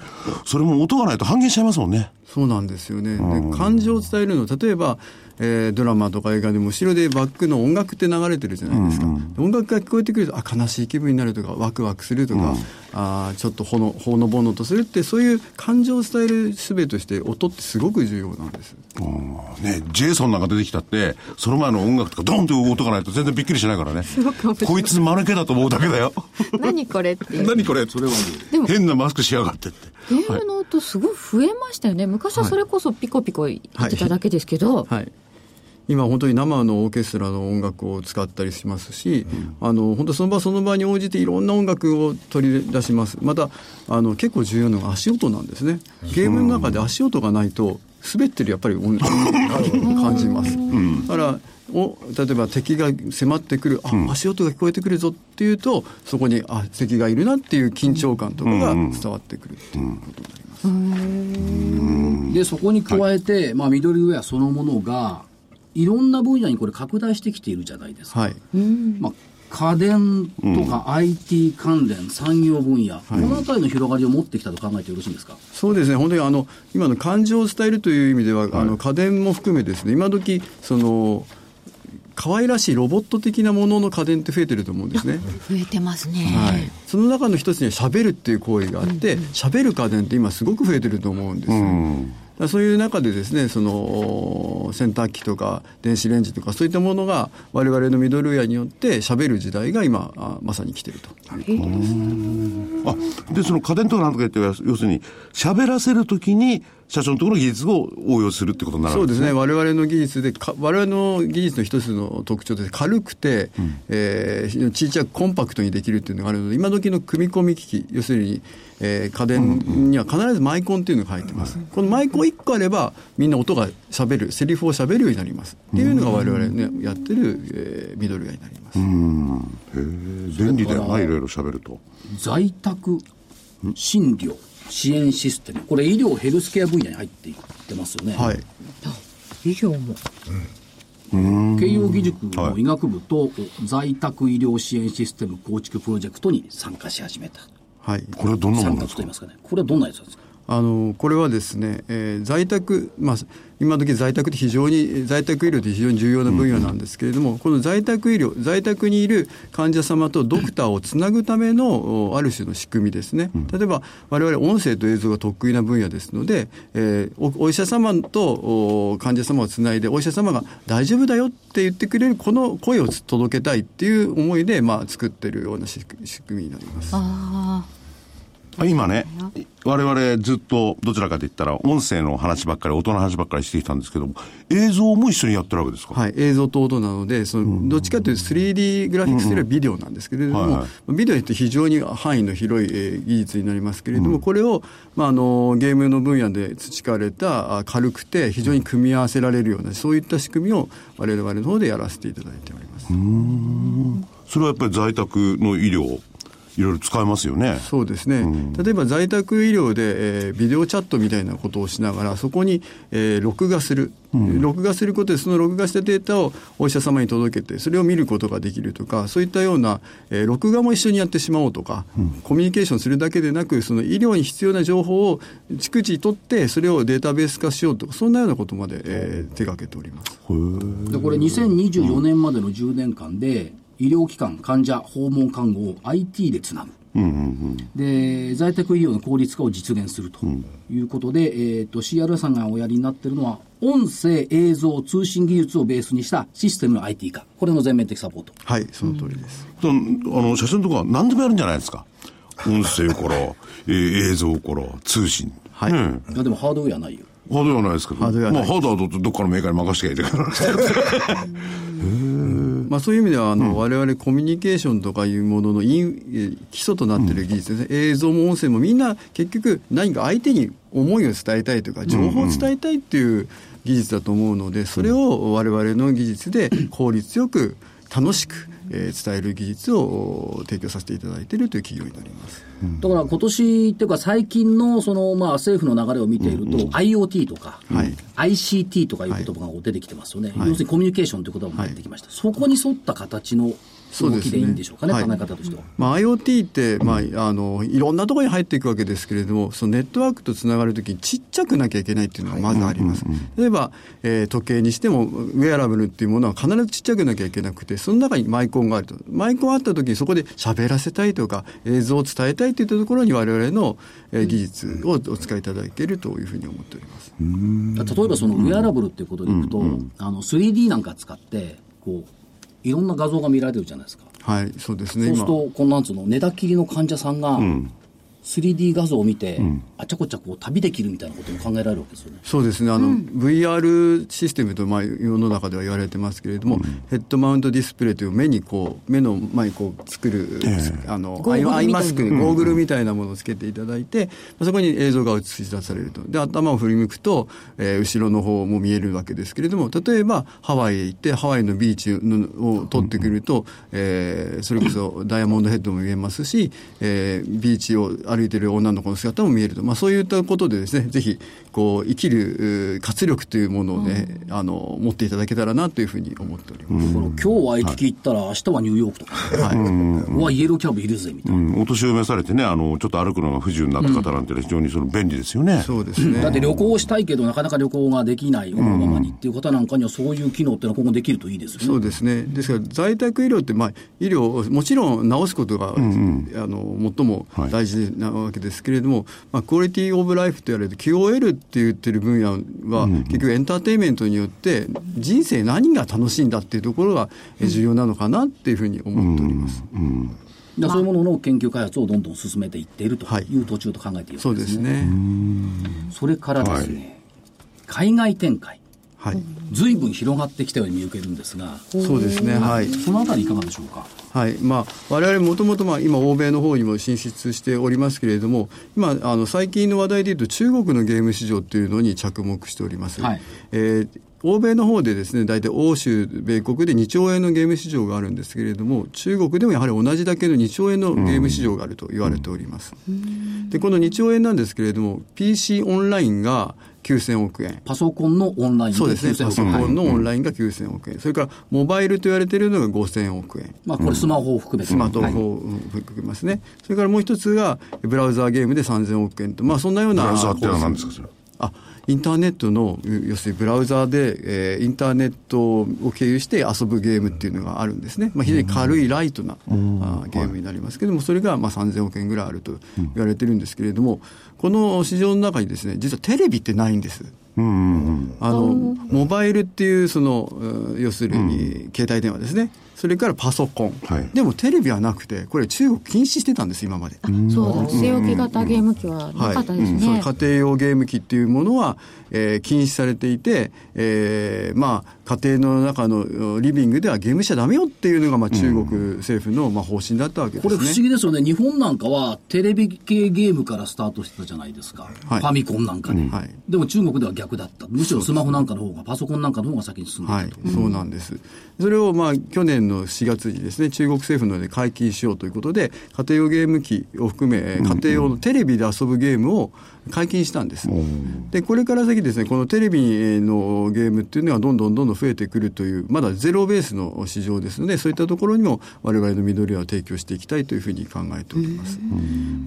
Speaker 4: それも音がないと半減しちゃいますもんね。
Speaker 5: そうなんですよね。で感情を伝えるの例えば、えードラマとか映画でも後ろでバックの音楽って流れてるじゃないですか、で音楽が聞こえてくるとあ悲しい気分になるとかワクワクするとか、あーちょっとほのほのぼのとするってそういう感情を伝える術として音ってすごく重要なんです。
Speaker 4: ね、ジェイソンなんか出てきたって、その前の音楽とかドンって音がないと全然びっくりしないからね。こいつ間抜けだと思うだけだよ。
Speaker 2: 何これっていう
Speaker 4: 何これそれは
Speaker 2: でも
Speaker 4: 変なマスクしやがってって。
Speaker 2: ゲームの音すごい増えましたよね昔はそれこそピコピコ言ってただけですけど、
Speaker 5: はい、今本当に生のオーケストラの音楽を使ったりしますし、あの本当その場その場に応じていろんな音楽を取り出しますまたあの結構重要なのが足音なんですねゲームの中で足音がないと滑ってるやっぱり 音感じます、だからお例えば敵が迫ってくるあ、足音が聞こえてくるぞっていうとそこにあ敵がいるなっていう緊張感とかが伝わってくるっていうことになります、
Speaker 1: でそこに加えて、まあ、ミドルウェアそのものがいろんな分野にこれ拡大してきているじゃないですか、
Speaker 5: はい
Speaker 1: まあ、家電とか IT 関連、産業分野、この辺りの広がりを持ってきたと考えてよろしいんですか、
Speaker 5: そうですね、本当にあの今の感情を伝えるという意味では、あの家電も含めですね、今時その可愛らしいロボット的なものの家電って増えてると思うんですね。
Speaker 2: 増えてますね、
Speaker 5: はい、その中の一つには喋るっていう行為があって、喋、る家電って今すごく増えてると思うんですよ。だからそういう中でですね、その洗濯機とか電子レンジとかそういったものが我々のミドルウェアによって喋る時代が今あまさに来てると。
Speaker 4: あ、で、その家電とかなんとか言って、要するに、喋らせるときに、社長のところの技術を応用するってことになる
Speaker 5: そ
Speaker 4: わ
Speaker 5: う
Speaker 4: け
Speaker 5: ですね我々の技術でか我々の技術の一つの特徴です軽くて、えー非常に小さくコンパクトにできるっていうのがあるので今時の組み込み機器要するに、えー家電には必ずマイコンっていうのが入ってます、このマイコン1個あればみんな音がしゃべるセリフをしゃべるようになりますっていうのが我々ね、やってる、えーミドルウェアになります、
Speaker 4: へえ便利だよな、いろいろ喋ると。
Speaker 1: 在宅診療支援システム、これ、医療ヘルスケア分野に入っていってますよね、
Speaker 5: はい
Speaker 2: 医療も
Speaker 1: 慶應義塾の医学部と在宅医療支援システム構築プロジェクトに参加し始めた、
Speaker 5: はい
Speaker 4: これはどんなも
Speaker 1: 参
Speaker 4: の
Speaker 1: 画
Speaker 4: なんです
Speaker 1: とい
Speaker 4: か
Speaker 1: いますかね、これはどんなやつなんですか、
Speaker 5: あのこれはですね、えー在宅、まあ、今時在宅って非常に、在宅医療って非常に重要な分野なんですけれども、この在宅医療、在宅にいる患者様とドクターをつなぐための、おある種の仕組みですね、例えば我々音声と映像が得意な分野ですので、えーおお医者様とお患者様をつないで、お医者様が大丈夫だよって言ってくれる、この声を届けたいっていう思いで、まあ、作ってるような仕組仕組みになります。
Speaker 2: あ
Speaker 4: 今ね、我々ずっとどちらかと言ったら、音声の話ばっかり、音の話ばっかりしてきたんですけども、映像も一緒にやってるわけですか、
Speaker 5: はい、映像と音なので、そのどっちかというと 3D グラフィックスよりはビデオなんですけれども、
Speaker 4: はいは
Speaker 5: ビデオって非常に範囲の広い、えー技術になりますけれども、これを、まあ、あのゲームの分野で培われたあ軽くて非常に組み合わせられるような、そういった仕組みを我々の方でやらせていただいております。
Speaker 4: それはやっぱり在宅の医療、いろいろ使えますよね。
Speaker 5: そうですね、例えば在宅医療で、えービデオチャットみたいなことをしながら、そこに、えー録画する、録画することで、その録画したデータをお医者様に届けて、それを見ることができるとか、そういったような、えー録画も一緒にやってしまおうとか、コミュニケーションするだけでなく、その医療に必要な情報を逐次取って、それをデータベース化しようとか、そんなようなことまで、えー手がけております。
Speaker 1: でこれ2024年までの10年間で医療機関患者訪問看護を IT でつなぐ、で在宅医療の効率化を実現するということで、えー、と CR さんがおやりになっているのは音声映像通信技術をベースにしたシステムの IT 化これの全面的サポート
Speaker 5: はい、その通りです。
Speaker 4: あの写真とか何でもやるんじゃないです か。音声から、えー映像から、通信。
Speaker 5: はい
Speaker 4: ねえ
Speaker 1: いやでもハードウェアないよ
Speaker 4: ハードではないですけど。
Speaker 5: ハードではない
Speaker 4: まあ、ハードはどどっかのメーカーに任せてきゃいいから。
Speaker 5: まあ、そういう意味ではあの、我々コミュニケーションとかいうもののインえー基礎となっている技術ですね、映像も音声もみんな結局何か相手に思いを伝えたいとか情報を伝えたいっていう技術だと思うのでそれを我々の技術で効率よく楽しく、えー伝える技術を提供させていただいているという企業になります。
Speaker 1: だから今年っていうか最近のそのまあ政府の流れを見ていると IoT とか
Speaker 5: はい
Speaker 1: ICT とかいう言葉が出てきてますよね、
Speaker 5: い
Speaker 1: 要するにコミュニケーションという言葉も出てきました、そこに沿った形の
Speaker 5: そう
Speaker 1: 動
Speaker 5: ですね
Speaker 1: きでいいんでしょうかね
Speaker 5: はい
Speaker 1: 考え方としては。
Speaker 5: まあ、IoT って、まあ、あのいろんなところに入っていくわけですけれどもそのネットワークとつながるときにちっちゃくなきゃいけないっていうのがまずあります、例えば、えー時計にしてもウェアラブルっていうものは必ずちっちゃくなきゃいけなくてその中にマイコンがあるとマイコンあったときにそこで喋らせたいとか映像を伝えたいといったところに我々の、えー技術をお使いいただけるというふうに思っております、
Speaker 1: 例えばそのウェアラブルっていうことでいくと、あの 3D なんか使ってこういろんな画像が見られてるじゃないですか
Speaker 5: はいそうですね
Speaker 1: そうす
Speaker 5: 今
Speaker 1: るとこのなんつうの寝たきりの患者さんが 3D 画像を見て、あちゃこちゃこう旅できるみたいなことも考えられるわけですよね
Speaker 5: そうですねあの、VR システムと、まあ、世の中では言われてますけれども、ヘッドマウントディスプレイという目にこう目の前にこう作る、あの
Speaker 2: ゴーグルみたいな
Speaker 5: アイマスクゴーグルみたいなものをつけていただいて、まあそこに映像が映し出されるとで頭を振り向くと、えー後ろの方も見えるわけですけれども例えばハワイへ行ってハワイのビーチのを撮ってくると、えーそれこそダイヤモンドヘッドも見えますし、えービーチを歩いてる女の子の姿も見えると、まあ、そういったことでですねぜひこう生きるうー活力というものをね、あの持っていただけたらなというふうに思っております。
Speaker 1: だから今日はワイキキ行ったら明日はニューヨークとか、うわイエローキャブいるぜみたいな、
Speaker 4: うん、お年を召されてね、あの、ちょっと歩くのが不自由になった方なんていうのは非常にその便利ですよね。
Speaker 5: そうですね
Speaker 1: だって旅行したいけど、なかなか旅行ができない、思うままにっていう方なんかには、そういう機能っていうのは今後できるといいですよね。
Speaker 5: そうですね。ですから在宅医療ってまあ医療もちろん治すことが、あの最も大事なわけですけれども、まあクオリティオブライフと言われる QOL って言ってる分野は、結局エンターテインメントによって人生何が楽しいんだっていうところがえ重要なのかなっていうふうに思っております。
Speaker 1: だからそういうものの研究開発をどんどん進めていっていると
Speaker 5: はい
Speaker 1: いう途中と考えている
Speaker 5: そ
Speaker 1: わ
Speaker 5: う
Speaker 1: け
Speaker 5: で
Speaker 1: ですすね。
Speaker 5: ね。
Speaker 1: それからですね、海外展開、
Speaker 5: はい。
Speaker 1: ずいぶん広がってきたように見受けるんですが、
Speaker 5: そうですね。はい。
Speaker 1: そのあたりいかがでしょうか。
Speaker 5: はいまあ、我々もともとまあ今欧米の方にも進出しておりますけれども今あの最近の話題でいうと中国のゲーム市場っていうのに着目しております、
Speaker 1: はい
Speaker 5: えー欧米の方でですね、大体欧州、米国で2兆円のゲーム市場があるんですけれども、中国でもやはり同じだけの2兆円のゲーム市場があると言われております。で、この2兆円なんですけれども、PC オンラインが9000億円。
Speaker 1: パソコンのオンライン
Speaker 5: そうですね、パソコ
Speaker 1: はい
Speaker 5: ンのオンラインが9000億円。それから、モバイルと言われているのが5000億円。
Speaker 1: まあ、これスマホを含めて、
Speaker 5: スマートフ
Speaker 1: は
Speaker 5: ォ
Speaker 1: い
Speaker 5: ンを含めますね、それからもう一つが、ブラウザーゲームで3000億円と、まあ、そんなような。
Speaker 4: ブラウザーってのは何ですかそれ
Speaker 5: あインターネットの、う要するにブラウザーで、えーインターネットを経由して遊ぶゲームっていうのがあるんですね、まあ、非常に軽いライトな、あーゲームになりますけども、それがまあ3000億円ぐらいあると言われてるんですけれども、この市場の中にですね、実はテレビってないんです。あのモバイルっていうそのうん要するに携帯電話ですね、それからパソコン、
Speaker 4: はい
Speaker 5: でもテレビはなくてこれ中国禁止してたんです今まで、
Speaker 2: そうだ据え置き型ゲーム機はなかったです
Speaker 5: そう
Speaker 2: ね、
Speaker 5: 家庭用ゲーム機っていうものは、えー禁止されていて、えーまあ、家庭の中のリビングではゲームしちゃダメよっていうのが、まあ、中国政府の、まあ、方針だったわけです
Speaker 1: これ
Speaker 5: ね
Speaker 1: 不思議ですよね、日本なんかはテレビ系ゲームからスタートしてたじゃないですか、
Speaker 5: はい
Speaker 1: ファミコンなんかで、
Speaker 5: はい
Speaker 1: でも中国では逆だった、むしろスマホなんかの方が、パソコンなんかの方が先に進んでい
Speaker 5: は
Speaker 1: る
Speaker 5: い
Speaker 1: と、、
Speaker 5: そうなんです。それをまあ去年の4月にですね、中国政府の方で解禁しようということで、家庭用ゲーム機を含め、えー家庭用のテレビで遊ぶゲームを解禁したんです。で、これから先ですね、このテレビのゲームっていうのはどんどんどんどん増えてくるという、まだゼロベースの市場ですので、そういったところにも我々の緑屋を提供していきたいというふうに考えております。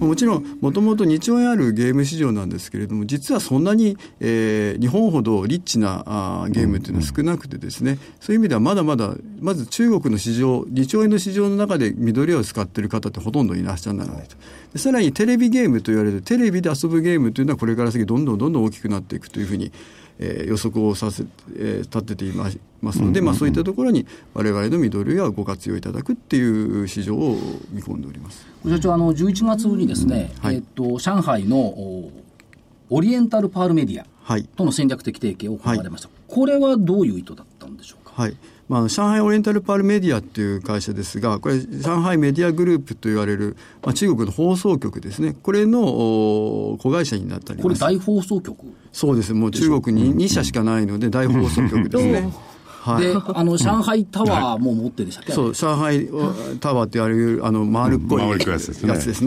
Speaker 5: もちろん、もともと2兆円あるゲーム市場なんですけれども、実はそんなに、えー日本ほどリッチなあーゲームっていうのは少なくてですね、そういう意味ではまだまだ、まず中国の市場、2兆円の市場の中で緑を使ってる方ってほとんどいらっしゃらないと。でさらにテレビゲームと言われる、テレビで遊ぶゲームというのはこれから先どんどんどんどん大きくなっていくというふうに、えー予測をさせ、えー立てていますので、まあそういったところに我々の緑屋をご活用いただくっていう市場を見込んでおります。
Speaker 1: 社長あの、11月にですね、
Speaker 5: はい
Speaker 1: えっと上海のおオリエンタルパールメディア
Speaker 5: はい。
Speaker 1: との戦略的提携を行われました、これはどういう意図だったんでしょうか。
Speaker 5: はいまああの、上海オリエンタルパールメディアっていう会社ですが、これ、上海メディアグループと言われる、まあ、中国の放送局ですね、これのお子会社になったり
Speaker 1: こ
Speaker 5: ま
Speaker 1: れ
Speaker 5: す
Speaker 1: 大放送局
Speaker 5: そうです、もう中国に2社しかないので、大放送局で すね。はい
Speaker 1: で、あの上海タワーも持ってるでしたっけ、
Speaker 5: そう、上海タワーってあるあの丸っこい
Speaker 4: うん
Speaker 5: や
Speaker 4: 丸っ
Speaker 5: つ
Speaker 4: こいやつ
Speaker 5: で
Speaker 4: です
Speaker 5: す
Speaker 4: ね
Speaker 5: ね。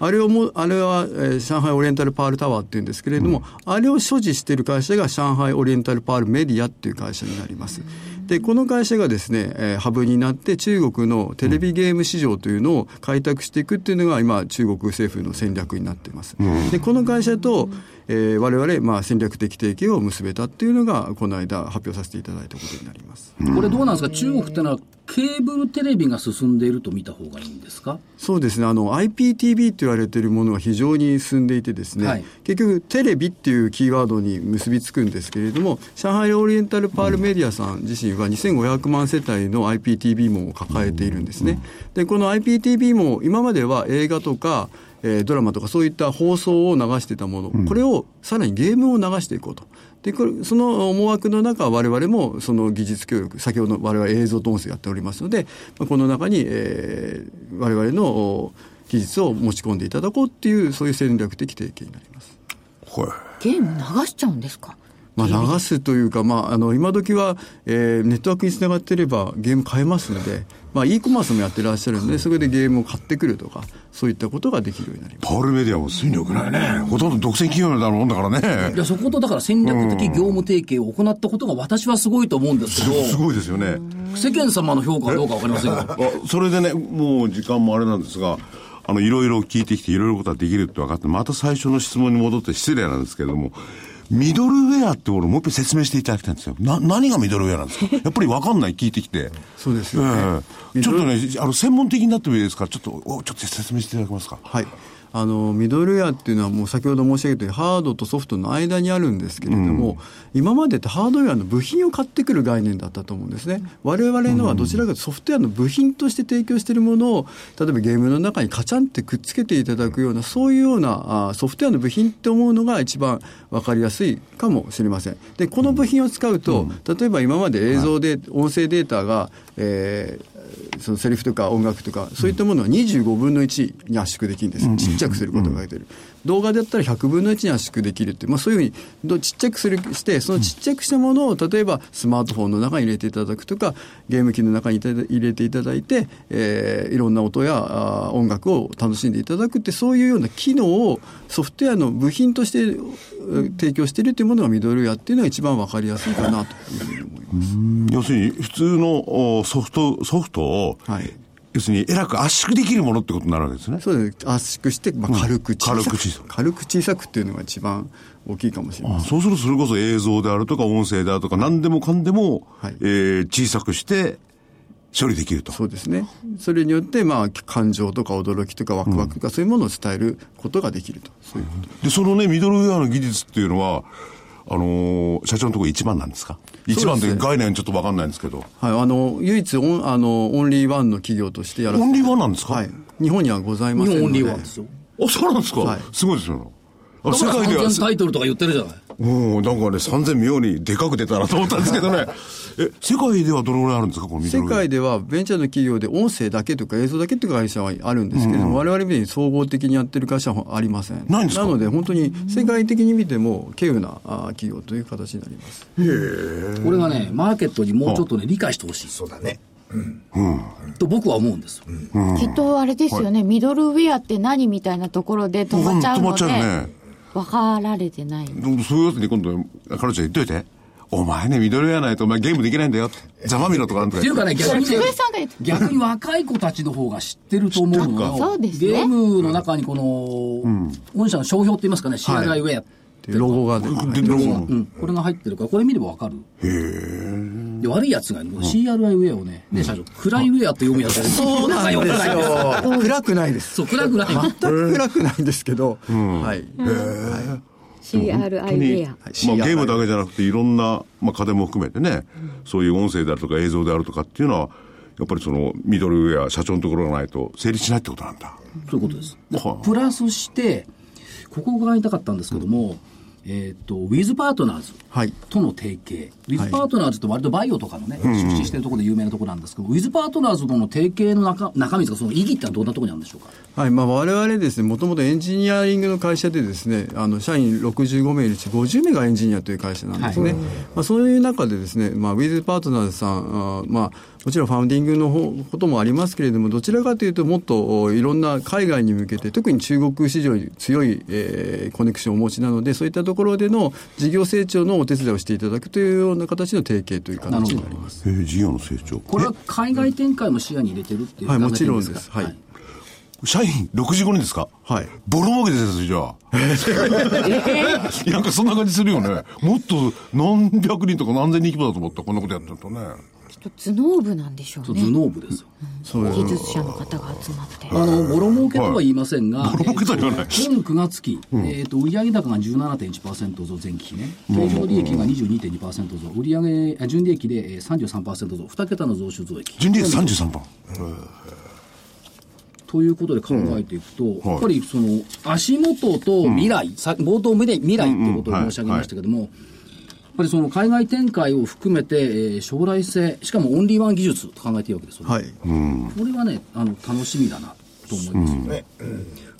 Speaker 5: あれをもあれは、えー上海オリエンタルパールタワーっていうんですけれども、あれを所持している会社が上海オリエンタルパールメディアっていう会社になります。で、この会社がですね、えーハブになって中国のテレビゲーム市場というのを開拓していくっていうのが今中国政府の戦略になっています。で、この会社と、えー我々、まあ、戦略的提携を結べたっていうのが、この間発表させていただいたことになります。
Speaker 1: これどうなんですか、中国ってのはケーブルテレビが進んでいると見た方がいいんですか
Speaker 5: そうですね、あの IPTV と言われているものが非常に進んでいてですね、
Speaker 1: はい
Speaker 5: 結局テレビっていうキーワードに結びつくんですけれども、上海オリエンタルパールメディアさん自身は2500万世帯の IPTV 網を抱えているんですね。で、この IPTV 網、今までは映画とか、えードラマとかそういった放送を流してたもの、これをさらにゲームを流していこうと。でこれその思惑の中、我々もその技術教育、先ほどの我々映像と音声やっておりますので、まあこの中に、えー、我々のお技術を持ち込んでいただこうっていう、そういう戦略的提携になります。
Speaker 2: ゲーム流しちゃうんですか
Speaker 5: まあ、流すというか、まあ、あの今時は、えーネットワークにつながっていればゲーム買えますので、まあ、e コマースもやってらっしゃるので、そこでゲームを買ってくるとか、そういったことができるようになります。
Speaker 4: パールメディアもすいに良くないね。ほとんど独占企業だろうんだから
Speaker 1: いや、
Speaker 4: ね。
Speaker 1: そことだから戦略的業務提携を行ったことが私はすごいと思うんですけど、
Speaker 4: すごいですよね。
Speaker 1: 世間様の評価はどうかわかりません
Speaker 4: あ
Speaker 1: が、
Speaker 4: それでね、もう時間もあれなんですが、あの、いろいろ聞いてきて、いろいろことができるって分かって、また最初の質問に戻って失礼なんですけれども、ミドルウェアって俺もう一回説明していただきたいんですよ。な、何がミドルウェアなんですか やっぱり分かんない、聞いてきて。
Speaker 5: そうですよね
Speaker 4: ええちょっとね、あの、専門的になってもいいですから、ちょっと、おちょっと説明していただけますか。
Speaker 5: はい、あのミドルウェアっていうのはもう先ほど申し上げたようにハードとソフトの間にあるんですけれども、今までってハードウェアの部品を買ってくる概念だったと思うんですね我々のはどちらかというとソフトウェアの部品として提供しているものを例えばゲームの中にカチャンってくっつけていただくようなそういうようなあソフトウェアの部品って思うのが一番分かりやすいかもしれませんでこの部品を使うと、例えば今まで映像で音声データが、えーそのセリフとか音楽とかそういったものは25分の1に圧縮できるんです、ちっちゃくすることができる、動画だったら100分の1に圧縮できるって、まあ、そういうふうにどちっちゃくするしてそのちっちゃくしたものを例えばスマートフォンの中に入れていただくとかゲーム機の中にいただ入れていただいて、えーいろんな音やあー音楽を楽しんでいただくってそういうような機能をソフトウェアの部品としてえー提供しているというものがミドルウェアっていうのが一番わかりやすいかなというふうに思います。
Speaker 4: 要するに、普通のおソフト、ソフトを、
Speaker 5: はい
Speaker 4: 要するに、えらく圧縮できるものってことになるわけですね。
Speaker 5: そうです圧縮して、まあ、軽く小さ
Speaker 4: 軽く
Speaker 5: く、
Speaker 4: 小さく
Speaker 5: 軽く小さくっていうのが一番大きいかもしれま
Speaker 4: あ
Speaker 5: せん
Speaker 4: そうすると、それこそ映像であるとか、音声であるとか、何でもかんでも、
Speaker 5: はい
Speaker 4: えー小さくして、処理できると。
Speaker 5: そうですねそれによって、まあ、感情とか驚きとかワクワクとか、そういうものを伝えることができるとそういうこと
Speaker 4: で、そのね、ミドルウェアの技術っていうのは、あのー社長のところ一番なんですか一番という概念ちょっとわかんないんですけど。
Speaker 5: はい、あの唯一オンあのオンリーワンの企業としてやらせて
Speaker 4: オンリーワンなんですか
Speaker 5: はい、日本にはございま
Speaker 1: 日
Speaker 5: せんの
Speaker 1: 本
Speaker 5: で
Speaker 1: オンリーワンですよ
Speaker 4: あ、そうなんですか、
Speaker 5: はい
Speaker 4: すごいですよ。あ
Speaker 1: だ
Speaker 4: 世
Speaker 1: から
Speaker 4: 界では
Speaker 1: 完、全タイトルとか言ってるじゃない
Speaker 4: うん、なんかね、3000妙にでかく出たなと思ったんですけ どね。え、世界ではどのぐらいあるんですかこのミド
Speaker 5: 世
Speaker 4: ルウェア
Speaker 5: 界ではベンチャーの企業で音声だけとか映像だけという会社はあるんですけれども、我々みたいに総合的にやってる会社はありません
Speaker 4: ないんですか
Speaker 5: ので本当に世界的に見ても稀有なあ企業という形になります
Speaker 1: これがねマーケットにもうちょっとね理解してほしい
Speaker 3: そうだね
Speaker 1: と僕は思うんですよ
Speaker 2: きっとあれですよね、ミドルウェアって何みたいなところで止まっちゃう
Speaker 4: うん止ま
Speaker 2: ので、
Speaker 4: っちゃうね
Speaker 2: 分かられてない
Speaker 4: でもそういうやつに今度、彼女言っといて。お前ね、ミドルウェアないとお前ゲームできないんだよって。ざまみろとかなんと
Speaker 1: っ
Speaker 4: か
Speaker 1: てい
Speaker 4: 言
Speaker 1: う
Speaker 4: って。
Speaker 1: かね逆にね
Speaker 2: 鶴瓶さんが言って
Speaker 1: 逆に若い子たちの方が知ってると思うのよ
Speaker 4: 知ってるか
Speaker 2: そうですね
Speaker 1: ゲームの中にこの、御社の商標って言いますかね CRI ウェア、
Speaker 5: でロゴが出てます
Speaker 4: でロゴが
Speaker 1: うん、これが入ってるからこれ見ればわかるで悪いやつが、ね、CRI ウェアをねね社長クライウェアって読むやつそうなん読めないんですよ
Speaker 5: 暗くないです
Speaker 1: そう暗くない
Speaker 5: 全く暗くないんですけど、はい、
Speaker 2: CRI ウェア
Speaker 4: まあ、ゲームだけじゃなくていろんな、まあ、家電も含めてね、そういう音声であるとか映像であるとかっていうのはやっぱりそのミドルウェア社長のところがないと成立しないってことなんだ
Speaker 1: そういうことです。で
Speaker 4: はあ
Speaker 1: プラスして、ここを伺いたかったんですけども、えーっと、ウィズパートナーズ
Speaker 5: はい
Speaker 1: との提携。ウィズパートナーズって割とバイオとかのね、出資してるところで有名なところなんですけど、ウィズパートナーズとの提携の中中身ですか、その意義ってのはどんなところにあるんでしょうか。
Speaker 5: はいまあ、我々ですねもともとエンジニアリングの会社でですねあの社員65名のうち50名がエンジニアという会社なんですね、まあ、そういう中でですね、まあ、ウィズパートナーズさんあー、まあ、もちろんファウンディングの方こともありますけれどもどちらかというともっとおいろんな海外に向けて特に中国市場に強い、えーコネクションをお持ちなのでそういったところでの事業成長のお手伝いをしていただくというような形の提携という形になります。
Speaker 4: えー、事業の成長
Speaker 1: これは海外展開も視野に入れてるっていう
Speaker 5: はい、
Speaker 1: 考
Speaker 5: も
Speaker 1: えて
Speaker 5: ち
Speaker 1: いい
Speaker 5: ろん
Speaker 1: か
Speaker 5: です。はい。
Speaker 4: え社員65人ですか
Speaker 5: はい
Speaker 4: ボロ儲けですよじゃあ なんかそんな感じするよねもっと何百人とか何千人規模だと思ったこんなことやってるとね
Speaker 2: きっと頭脳部なんでしょ
Speaker 1: そうう頭
Speaker 2: ね
Speaker 1: 脳部ですよ。
Speaker 5: そうです
Speaker 2: 技術者の方が集まって
Speaker 1: あの、ボロ儲けとは言いませんが、
Speaker 4: ボロ儲けとは言わない
Speaker 1: えーと今9月期、えっと、売上高が17.1%増前期比ね、経常利益が22.2%増、売上、あ純利益でえー33%増、2桁の増収増益。
Speaker 4: 純利益33番
Speaker 1: ということで考えていくと、
Speaker 4: い
Speaker 1: やっぱりその足元と未来、さ冒頭で未来っていうことを申し上げましたけども、やっぱりその海外展開を含めて、えー将来性、しかもオンリーワン技術と考えていいわけですよね。
Speaker 5: はい。
Speaker 1: これはね、あの楽しみだなと思いますよね。
Speaker 3: ね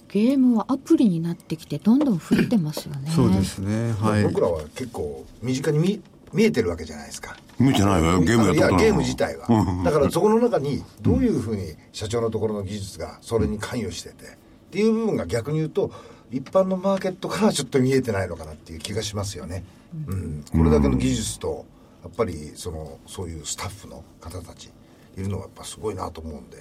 Speaker 2: ゲームはアプリになってきてどんどん増えてますよね
Speaker 5: そうですね。はい。
Speaker 3: 僕らは結構身近に見見えてるわけじゃないですか
Speaker 4: 見てないわよゲームやったことない
Speaker 3: いや
Speaker 4: もん
Speaker 3: ゲーム自体はだからそこの中にどういうふうに社長のところの技術がそれに関与しててっていう部分が逆に言うと一般のマーケットからはちょっと見えてないのかなっていう気がしますよね、うん、これだけの技術とやっぱりそのそういうスタッフの方たちいるのはやっぱすごいなと思うんで、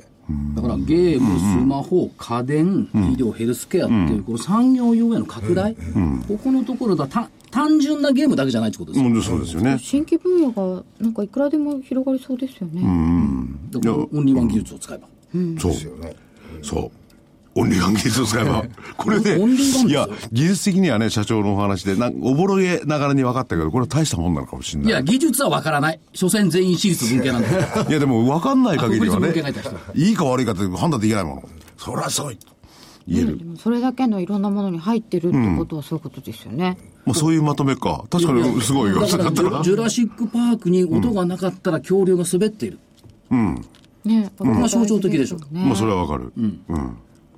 Speaker 1: だからゲーム、スマホ、家電、医療、ヘルスケアっていう、この産業用への拡大、ここのところだた、単純なゲームだけじゃないってことですよ、
Speaker 4: うんそうですよね
Speaker 2: 新規分野がなんかいくらでも広がりそうですよね、
Speaker 1: だからオンリーワン技術を使えば。
Speaker 4: そう
Speaker 3: ですよね
Speaker 4: そう。オンリーワン技術を使えば。これね
Speaker 1: オンリーワンですよ、
Speaker 4: いや、技術的にはね、社長のお話で、なんおぼろげながらに分かったけど、これは大したもんなのかもしれないい。
Speaker 1: や、技術は分からない。所詮全員私立文系なんだ けど。
Speaker 4: いやでも分かんない限りは
Speaker 1: あ
Speaker 4: ね
Speaker 1: 国立文系書いた、
Speaker 4: いいか悪いかって判断できないもの。そりゃそうい。言える
Speaker 2: で。もそれだけのいろんなものに入ってるってことはそういうことですよね、
Speaker 4: まあそういうまとめか。確かにす ごいよ。
Speaker 1: だ
Speaker 4: だ
Speaker 1: から
Speaker 4: った
Speaker 1: ジ
Speaker 4: ら
Speaker 1: ュジュラシック・パークに音がなかったら恐竜が滑っている。
Speaker 2: ねこ
Speaker 1: まあ象徴的でしょ
Speaker 2: ね
Speaker 4: まあそれはわかる。うん。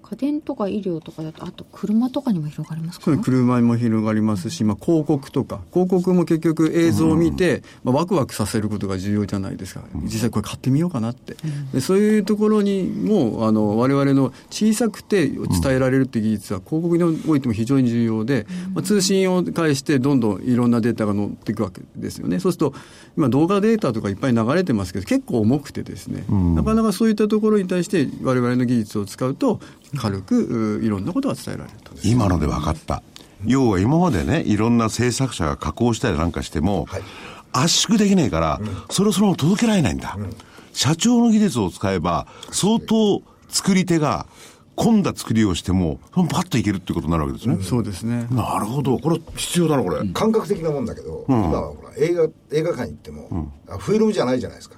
Speaker 2: 家電とか医療とかだとあと車とかにも広がります
Speaker 5: そ
Speaker 2: か
Speaker 5: ういう車も広がりますし、まあ、広告とか広告も結局映像を見て、まあ、ワクワクさせることが重要じゃないですか実際これ買ってみようかなって、でそういうところにもあの我々の小さくて伝えられるっていう技術は広告においても非常に重要で、まあ、通信を介してどんどんいろんなデータが載っていくわけですよねそうすると今動画データとかいっぱい流れてますけど結構重くてですね、なかなかそういったところに対して我々の技術を使うと軽くういろんなことが伝えられると。
Speaker 4: 今ので分かった。要は今までね、いろんな制作者が加工したりなんかしても、圧縮できないから、それをそのまま届けられないんだ。社長の技術を使えば、相当作り手が混んだ作りをしても、そのままパッといけるってことになるわけですね。
Speaker 5: そうですね。
Speaker 4: なるほど。これ必要だな、これ。
Speaker 3: 感覚的なもんだけど、今はほら映画映画館行っても、あフィルムじゃないじゃないですか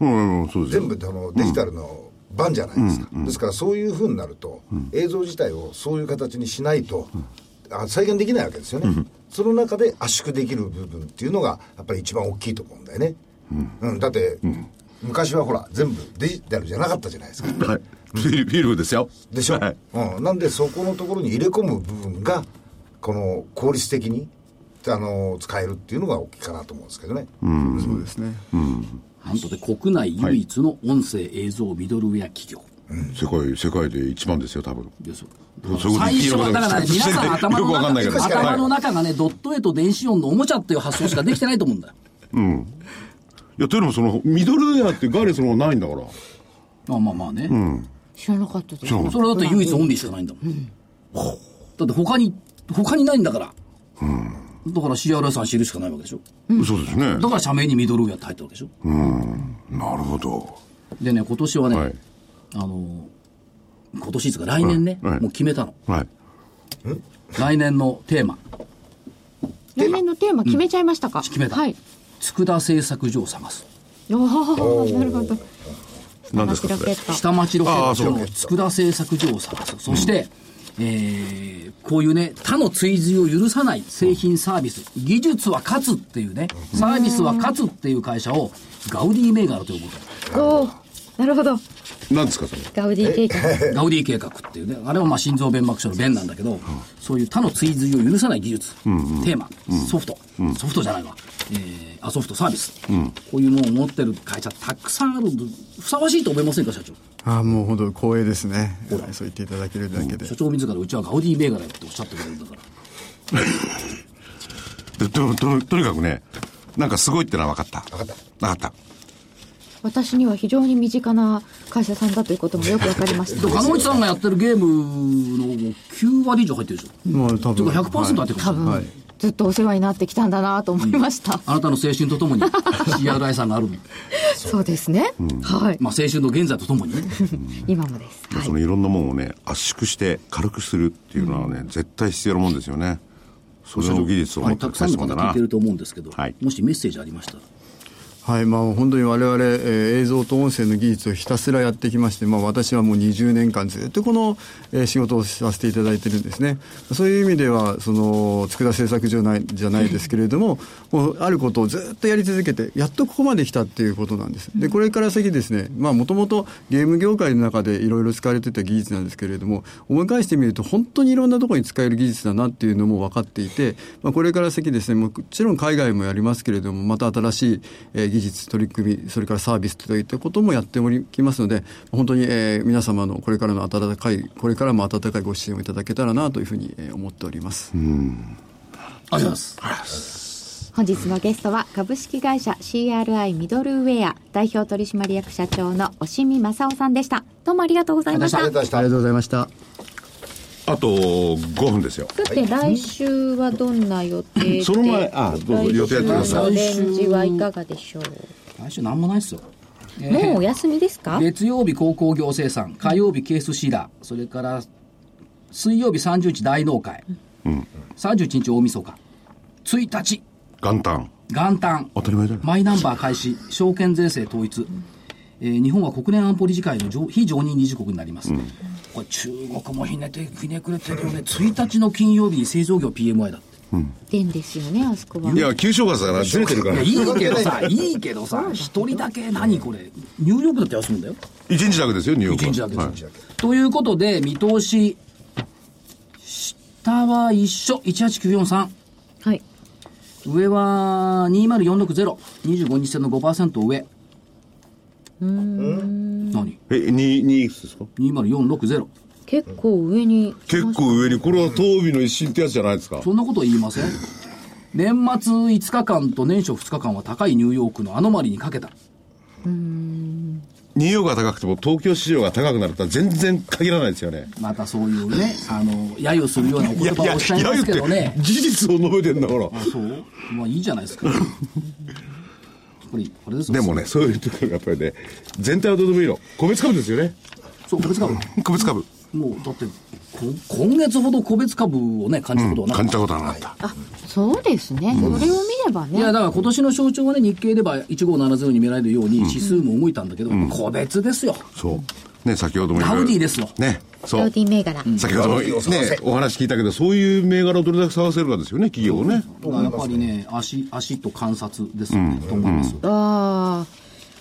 Speaker 4: うん、うん、そうですよ
Speaker 3: 全部あのデジタルの版じゃないですか、ですからそういうふうになると、映像自体をそういう形にしないと、あ再現できないわけですよね、その中で圧縮できる部分っていうのがやっぱり一番大きいと思うんだよね、うんだって、昔はほら全部デジタルじゃなかったじゃないですか
Speaker 4: はい。フィルフィルムですよ。
Speaker 3: でしょ、
Speaker 4: はい。
Speaker 3: うん、なんでそこのところに入れ込む部分がこの効率的にあの使えるっていうのが大きいかなと思うんですけどね、
Speaker 5: そうですね。
Speaker 1: なんとで国内唯一の音声映像ミドルウェア企業
Speaker 4: 世界、世界で一番ですよ、多分。
Speaker 1: ですよ
Speaker 4: そういうこと
Speaker 1: 最初はだ からね皆さん頭
Speaker 4: よく
Speaker 1: の
Speaker 4: わかんないけど
Speaker 1: 中頭の中がねドット絵と電子音のおもちゃっていう発想しかできてないと思うんだよ
Speaker 4: いや、というのもその、ミドルウェアってガーレスのものないんだから。
Speaker 1: まあまあまあね
Speaker 2: 知らなかったです
Speaker 4: そう
Speaker 1: それだって唯一オンリーしかないんだもん、だって他に他にないんだから、だから CRS さん知るしかないわけでしょ
Speaker 4: そうですね。
Speaker 1: だから社名にミドルウェアって入ったわけでしょ、
Speaker 4: なるほど。
Speaker 1: でね今年はね、
Speaker 4: はい
Speaker 1: あの今年ですか来年ね、
Speaker 4: はいはい
Speaker 1: もう決めたの
Speaker 4: はい。
Speaker 1: 来年のテーマ
Speaker 2: 来年のテーマ決めちゃいましたか、
Speaker 1: 決めた
Speaker 2: はい
Speaker 1: 佃製作所を探す
Speaker 2: おーなるほど
Speaker 4: 何ですか
Speaker 2: ロ
Speaker 4: そ
Speaker 2: ケ
Speaker 4: れ。
Speaker 2: ット
Speaker 1: 下町ロケ
Speaker 4: あ
Speaker 1: ッ
Speaker 4: あそ
Speaker 1: ト
Speaker 4: う
Speaker 1: の佃製作所を探すそして、えーこういうね他の追随を許さない製品サービス技術は勝つっていうねサービスは勝つっていう会社をガウディ銘柄と呼ぶと
Speaker 2: おーなるほど
Speaker 4: 何ですかそれ。
Speaker 2: ガウディ計画
Speaker 1: ガウディ計画っていうね、あれはまあ心臓弁膜症の弁なんだけど、そういう他の追随を許さない技術、テーマ、ソフト、ソフトじゃないわ、えー、あソフトサービス、こういうものを持ってる会社たくさんあるんで、ふさわしいと思いませんか、社長。
Speaker 5: ああ、もう本当光栄ですね。はいそう言っていただけるだけで
Speaker 1: 社。長自ら、うちはガウディ銘柄だっておっしゃってくれるんだから。
Speaker 4: でとととにかくね、なんかすごいってのは分かった。分かった。分かっ
Speaker 2: 私には非常に身近な会社さんだということもよくわかりまし
Speaker 1: で、
Speaker 2: た
Speaker 1: 金持ちさんがやってるゲームの9割以上入ってるでしょ。
Speaker 5: まあ多
Speaker 1: とい
Speaker 5: 分。
Speaker 1: うか100%入ってるかもしれない
Speaker 2: 多分、
Speaker 5: はい
Speaker 2: ずっとお世話になってきたんだなと思いました、
Speaker 1: あなたの青春とともに CRI さんがあるの。
Speaker 2: そうですね、はい、
Speaker 1: まあ青春の現在とともにね。
Speaker 2: 今もです
Speaker 4: た。
Speaker 2: はい
Speaker 4: そのいろんなもんをね、圧縮して軽くするっていうのはね、絶対必要なもんですよね。それの技術を
Speaker 1: あ
Speaker 4: 持
Speaker 1: の
Speaker 4: って
Speaker 1: たくさ
Speaker 4: る会
Speaker 1: ん
Speaker 4: 社
Speaker 1: の方
Speaker 4: もんだ
Speaker 1: 聞い
Speaker 4: な
Speaker 1: て。ると思うんですけど、
Speaker 4: はい
Speaker 1: もしメッセージありましたら。
Speaker 5: はい、まあ本当に我々、えー映像と音声の技術をひたすらやってきまして、まあ私はもう20年間ずっとこの、えー仕事をさせていただいてるんですね。そういう意味では、その、佃製作所ないじゃないですけれども、もうあることをずっとやり続けて、やっとここまで来たっていうことなんです。で、これから先ですね、まあもともとゲーム業界の中でいろいろ使われてた技術なんですけれども、思い返してみると本当にいろんなところに使える技術だなっていうのも分かっていて、まあ、これから先ですね、もちろん海外もやりますけれども、また新しい、えー技術、取り組み、それからサービスといったこともやっておりきますので、本当に、えー皆様のこれからの温かい、これからも温かいご支援をいただけたらなというふうにえー思っております。
Speaker 1: ありがとうございます。
Speaker 2: 本日のゲストは株式会社 CRI ミドルウェア代表取締役社長の押見正夫さんでしたどうもありがとうございました
Speaker 3: ありがとうございました
Speaker 5: ありがとうございました。
Speaker 4: あと5分ですよ。
Speaker 2: さて来週はどんな予定で
Speaker 4: その前あどうぞ予定やってくださ
Speaker 1: い
Speaker 2: 来週のオレンジはいかがでしょう
Speaker 1: 来週なんもないっすよ。
Speaker 2: もうお休みですか
Speaker 1: 月曜日高校行政産火曜日ケースシーラーそれから水曜日30日大納会、31日大晦日1日
Speaker 4: 元旦。
Speaker 1: 元旦
Speaker 4: 当たり前だよ
Speaker 1: マイナンバー開始証券税制統一、えー日本は国連安保理事会の常非常任理事国になります、これ中国もひねてひねくれてるよね1日の金曜日に製造業 PMI だって
Speaker 2: でんですよねあそこはい
Speaker 4: や、旧正月だからずれてるか
Speaker 1: い
Speaker 4: ら
Speaker 1: や、い。いけど さ、いいけどさ、一人だけ、何これ、ニューヨークだって休むんだよ。
Speaker 4: 一日だけですよ、ニューヨー
Speaker 1: 一
Speaker 4: クは。
Speaker 1: 日だけ、
Speaker 4: はい
Speaker 1: 一日だけということで、見通し、下は一緒、18943。
Speaker 2: はい
Speaker 1: 上は20460、25日線の5%上。うん。何
Speaker 4: え、に、にいくつですか
Speaker 1: ?20460。
Speaker 2: 結構上に
Speaker 4: 結構上に、これは東美の一新ってやつじゃないですか。
Speaker 1: そんなこと言いません年末5日間と年初2日間は高いニューヨークのアノマリにかけた。
Speaker 4: ニューヨークが高くても東京市場が高くなるとは全然限らないですよね。
Speaker 1: またそういうね、あの、揶揄するようなお言葉をおっしゃいますけどね。
Speaker 4: 事実を述べてんだから。
Speaker 1: そうまあいいじゃないですか。やっぱり、これですよ
Speaker 4: でもね、そういうところがやっぱりね、全体はどうでもいいの。個別株です よね。
Speaker 1: そう、個別株。
Speaker 4: 個別株。
Speaker 1: もう、だって、こ今月ほど個別株をね、感じたことはなか
Speaker 4: 感
Speaker 1: っ
Speaker 4: じたことはなかった。
Speaker 2: そうですね、それを見れば
Speaker 1: た。いや、
Speaker 2: ね
Speaker 1: だから今年の象徴はね、日経では1570に見られるように指数も動いたんだけど、個別ですよ。
Speaker 4: そう。ね、先ほども言った
Speaker 1: ダウディですよ
Speaker 4: ね、そ
Speaker 2: ロ
Speaker 4: う
Speaker 2: デ。ィ銘柄、
Speaker 4: 先ほどもね、お話聞いたけど、そういう銘柄をどれだけ探せるかですよね、企業をね。
Speaker 1: だからやっぱりね、足、足と観察ですよね、と思います。
Speaker 2: ああ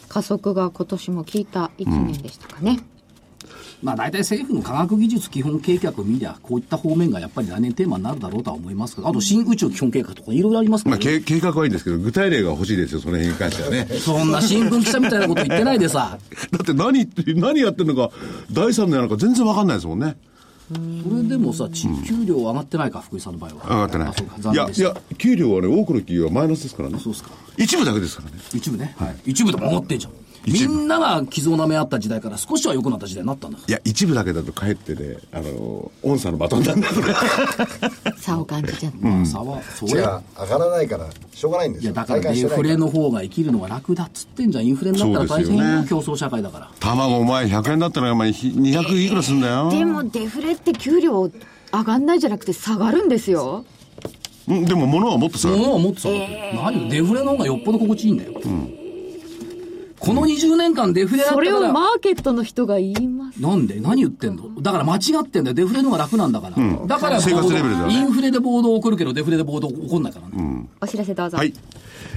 Speaker 2: 加速が今年も効いた1年でしたかね、
Speaker 1: まあ大体政府の科学技術基本計画を見りゃ、こういった方面がやっぱり来年テーマになるだろうとは思いますけど、あと新宇宙基本計画とかいろいろありますか
Speaker 4: まあ、
Speaker 1: ら、ね。
Speaker 4: け計画はいいんですけど、具体例が欲しいですよ、その辺に関してはね。
Speaker 1: そんな新聞記者みたいなこと言ってないでさ。
Speaker 4: だって何言って、何やってんのか、第三のやるのか全然わかんないですもんね。
Speaker 1: それでもさ、ち給料上がってないか、福井さんの場合は。
Speaker 4: 上がってな
Speaker 1: あそうか、
Speaker 4: い。
Speaker 1: 残念
Speaker 4: いや、
Speaker 1: で
Speaker 4: い
Speaker 1: した。
Speaker 4: や、給料はね、多くの企業はマイナスですからね。
Speaker 1: そうですか。
Speaker 4: 一部だけですからね。
Speaker 1: 一部ね。一部でも上がってんじゃん。み
Speaker 4: 一部
Speaker 1: んなが寄贈なめあった時代から少しは良くなった時代になったんだか
Speaker 4: いや、一部だけだとかえってね、あの、御社のバトンなんだ とか。
Speaker 2: 差を感じちゃった、
Speaker 1: ら。まあ、差は、そ
Speaker 3: じ
Speaker 1: れ。
Speaker 3: ゃあ上がらないからしょうがないんで
Speaker 1: い
Speaker 3: す
Speaker 1: や、
Speaker 3: よ
Speaker 1: だから
Speaker 3: 体感
Speaker 1: デ
Speaker 3: してない
Speaker 1: フ
Speaker 3: から
Speaker 1: レの方が生きるのは楽だっつってんじゃん。インフレになったら大変
Speaker 4: そうですよ
Speaker 1: よ、
Speaker 4: ね
Speaker 1: 競争社会だから。
Speaker 4: 卵お前100円だったら、お前ひ200いくらすんだよ。
Speaker 2: でもデフレって給料上がんないじゃなくて下がるんですよ
Speaker 4: うんでも物はもっと下がる。
Speaker 1: 物はもっと下がってる。何よ、デフレの方がよっぽど心地いいんだよ。この20年間デフレだった
Speaker 2: そ
Speaker 1: か
Speaker 2: れを
Speaker 1: ら。
Speaker 2: マーケットの人が言います
Speaker 1: なんで何言ってんのだから間違ってんだよ。デフレの方が楽なんだから。だから
Speaker 4: 生活レベルだよね
Speaker 1: インフレで暴動起こるけど、デフレで暴動起こんないからね。
Speaker 2: お知らせどうぞ、
Speaker 4: はい。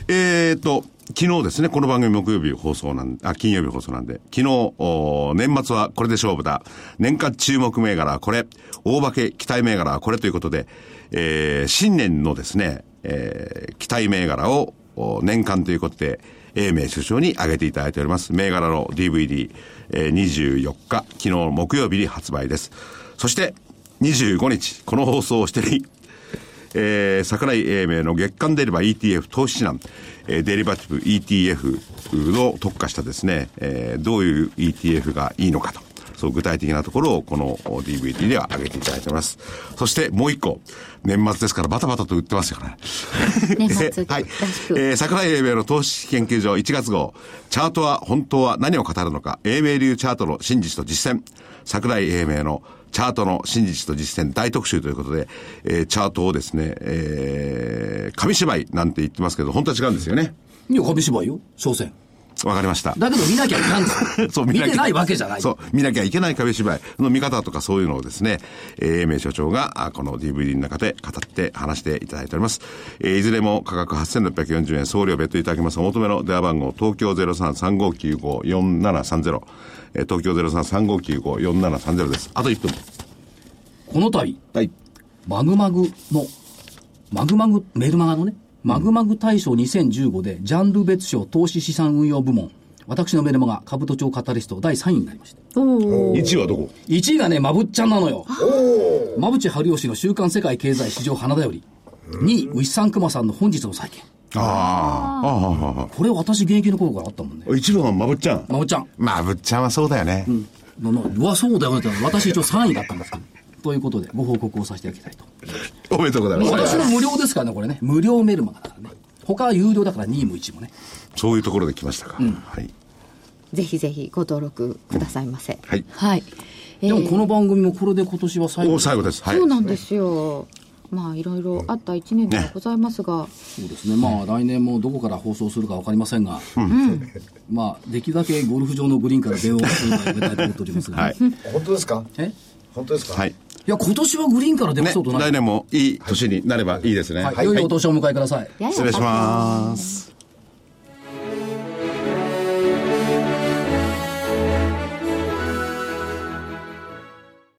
Speaker 4: えー、と、昨日ですね、この番組木曜日放送なん、あ、金曜日放送なんで、昨日、おー年末はこれで勝負だ。年間注目銘柄はこれ。大化け期待銘柄はこれということで、えー新年のですね、えー期待銘柄をお年間ということで、英明首相に挙げていただいております。銘柄の DVD、えー24日、昨日木曜日に発売です。そして、25日、この放送をしてる日えー桜井英明の月間デリバ ETF 投資指南、えーデリバティブ ETF の特化したですね、えーどういう ETF がいいのかと。そう具体的なところをこの DVD では挙げていただいております。そしてもう一個、年末ですからバタバタと売ってますよね。
Speaker 2: 年末
Speaker 4: はい
Speaker 2: らし。く
Speaker 4: えー桜井英明の投資研究所1月号、チャートは本当は何を語るのか、英明流チャートの真実と実践、桜井英明のチャートの真実と実践大特集ということで、えーチャートをですね、えー、紙芝居なんて言ってますけど、本当は違うんですよね。
Speaker 1: いや、紙芝居よ、所詮。
Speaker 4: わかりました。。
Speaker 1: だけど見なきゃいかんぞ
Speaker 4: そう、
Speaker 1: 見
Speaker 4: きゃ
Speaker 1: てないわけじゃない。
Speaker 4: そう、見なきゃいけない壁芝居の見方とかそういうのをですね、えー、英明所長が、あこの DVD の中で語って話していただいております。えーいずれも価格8640円、送料別途いただきます。お求めの電話番号、東京0335954730。えー東京0335954730です。あと1分。
Speaker 1: この度、
Speaker 4: はい。
Speaker 1: マグマグの、マグマグ、メルマガのね、マグマグ大賞2015で、ジャンル別賞投資資産運用部門、私のメルマガ、株都庁カタリスト第3位になりました。
Speaker 2: おー
Speaker 4: 1位はどこ
Speaker 1: 1位がね、まぶっちゃんなのよ。まぶちはりおしの週刊世界経済史上花だより。2位、牛さんくまさんの本日の債券。
Speaker 4: ああ、ああ、あああ
Speaker 1: これ私現役の頃からあったもんね。
Speaker 4: あ。一番はまぶっちゃん。
Speaker 1: まぶっちゃん。
Speaker 4: まぶっちゃんはそうだよね。
Speaker 1: ののうわ、そうだよねって私一応3位だったんですけど。ということで、ご報告をさせていただきたいと。
Speaker 4: おめでとうございます。
Speaker 1: 私の無料ですからね、これね。無料メルマガだからね。他は有料だから2位も1位もね。
Speaker 4: そういうところで来ましたか。はい。
Speaker 2: ぜひぜひご登録くださいませ
Speaker 4: はい
Speaker 2: はい、えー
Speaker 1: でもこの番組もこれで今年は最後
Speaker 4: お、。最後です。はい。
Speaker 2: そうなんですよまあいろいろあった1年ではございますが、
Speaker 1: そうですね。まあ来年もどこから放送するかわかりませんが、まあできるだけゴルフ場のグリーンから電話をするのはやめたいと思っておりますが。
Speaker 4: はい。
Speaker 3: 本当ですか
Speaker 1: え
Speaker 3: 本当ですか
Speaker 4: はい。
Speaker 1: や、今年はグリーンから出ま
Speaker 4: ね、
Speaker 1: そうとない。
Speaker 4: 来年もいい年になればいいですね。
Speaker 1: はい。良いお年をお迎えください。
Speaker 2: やや
Speaker 4: 失礼します。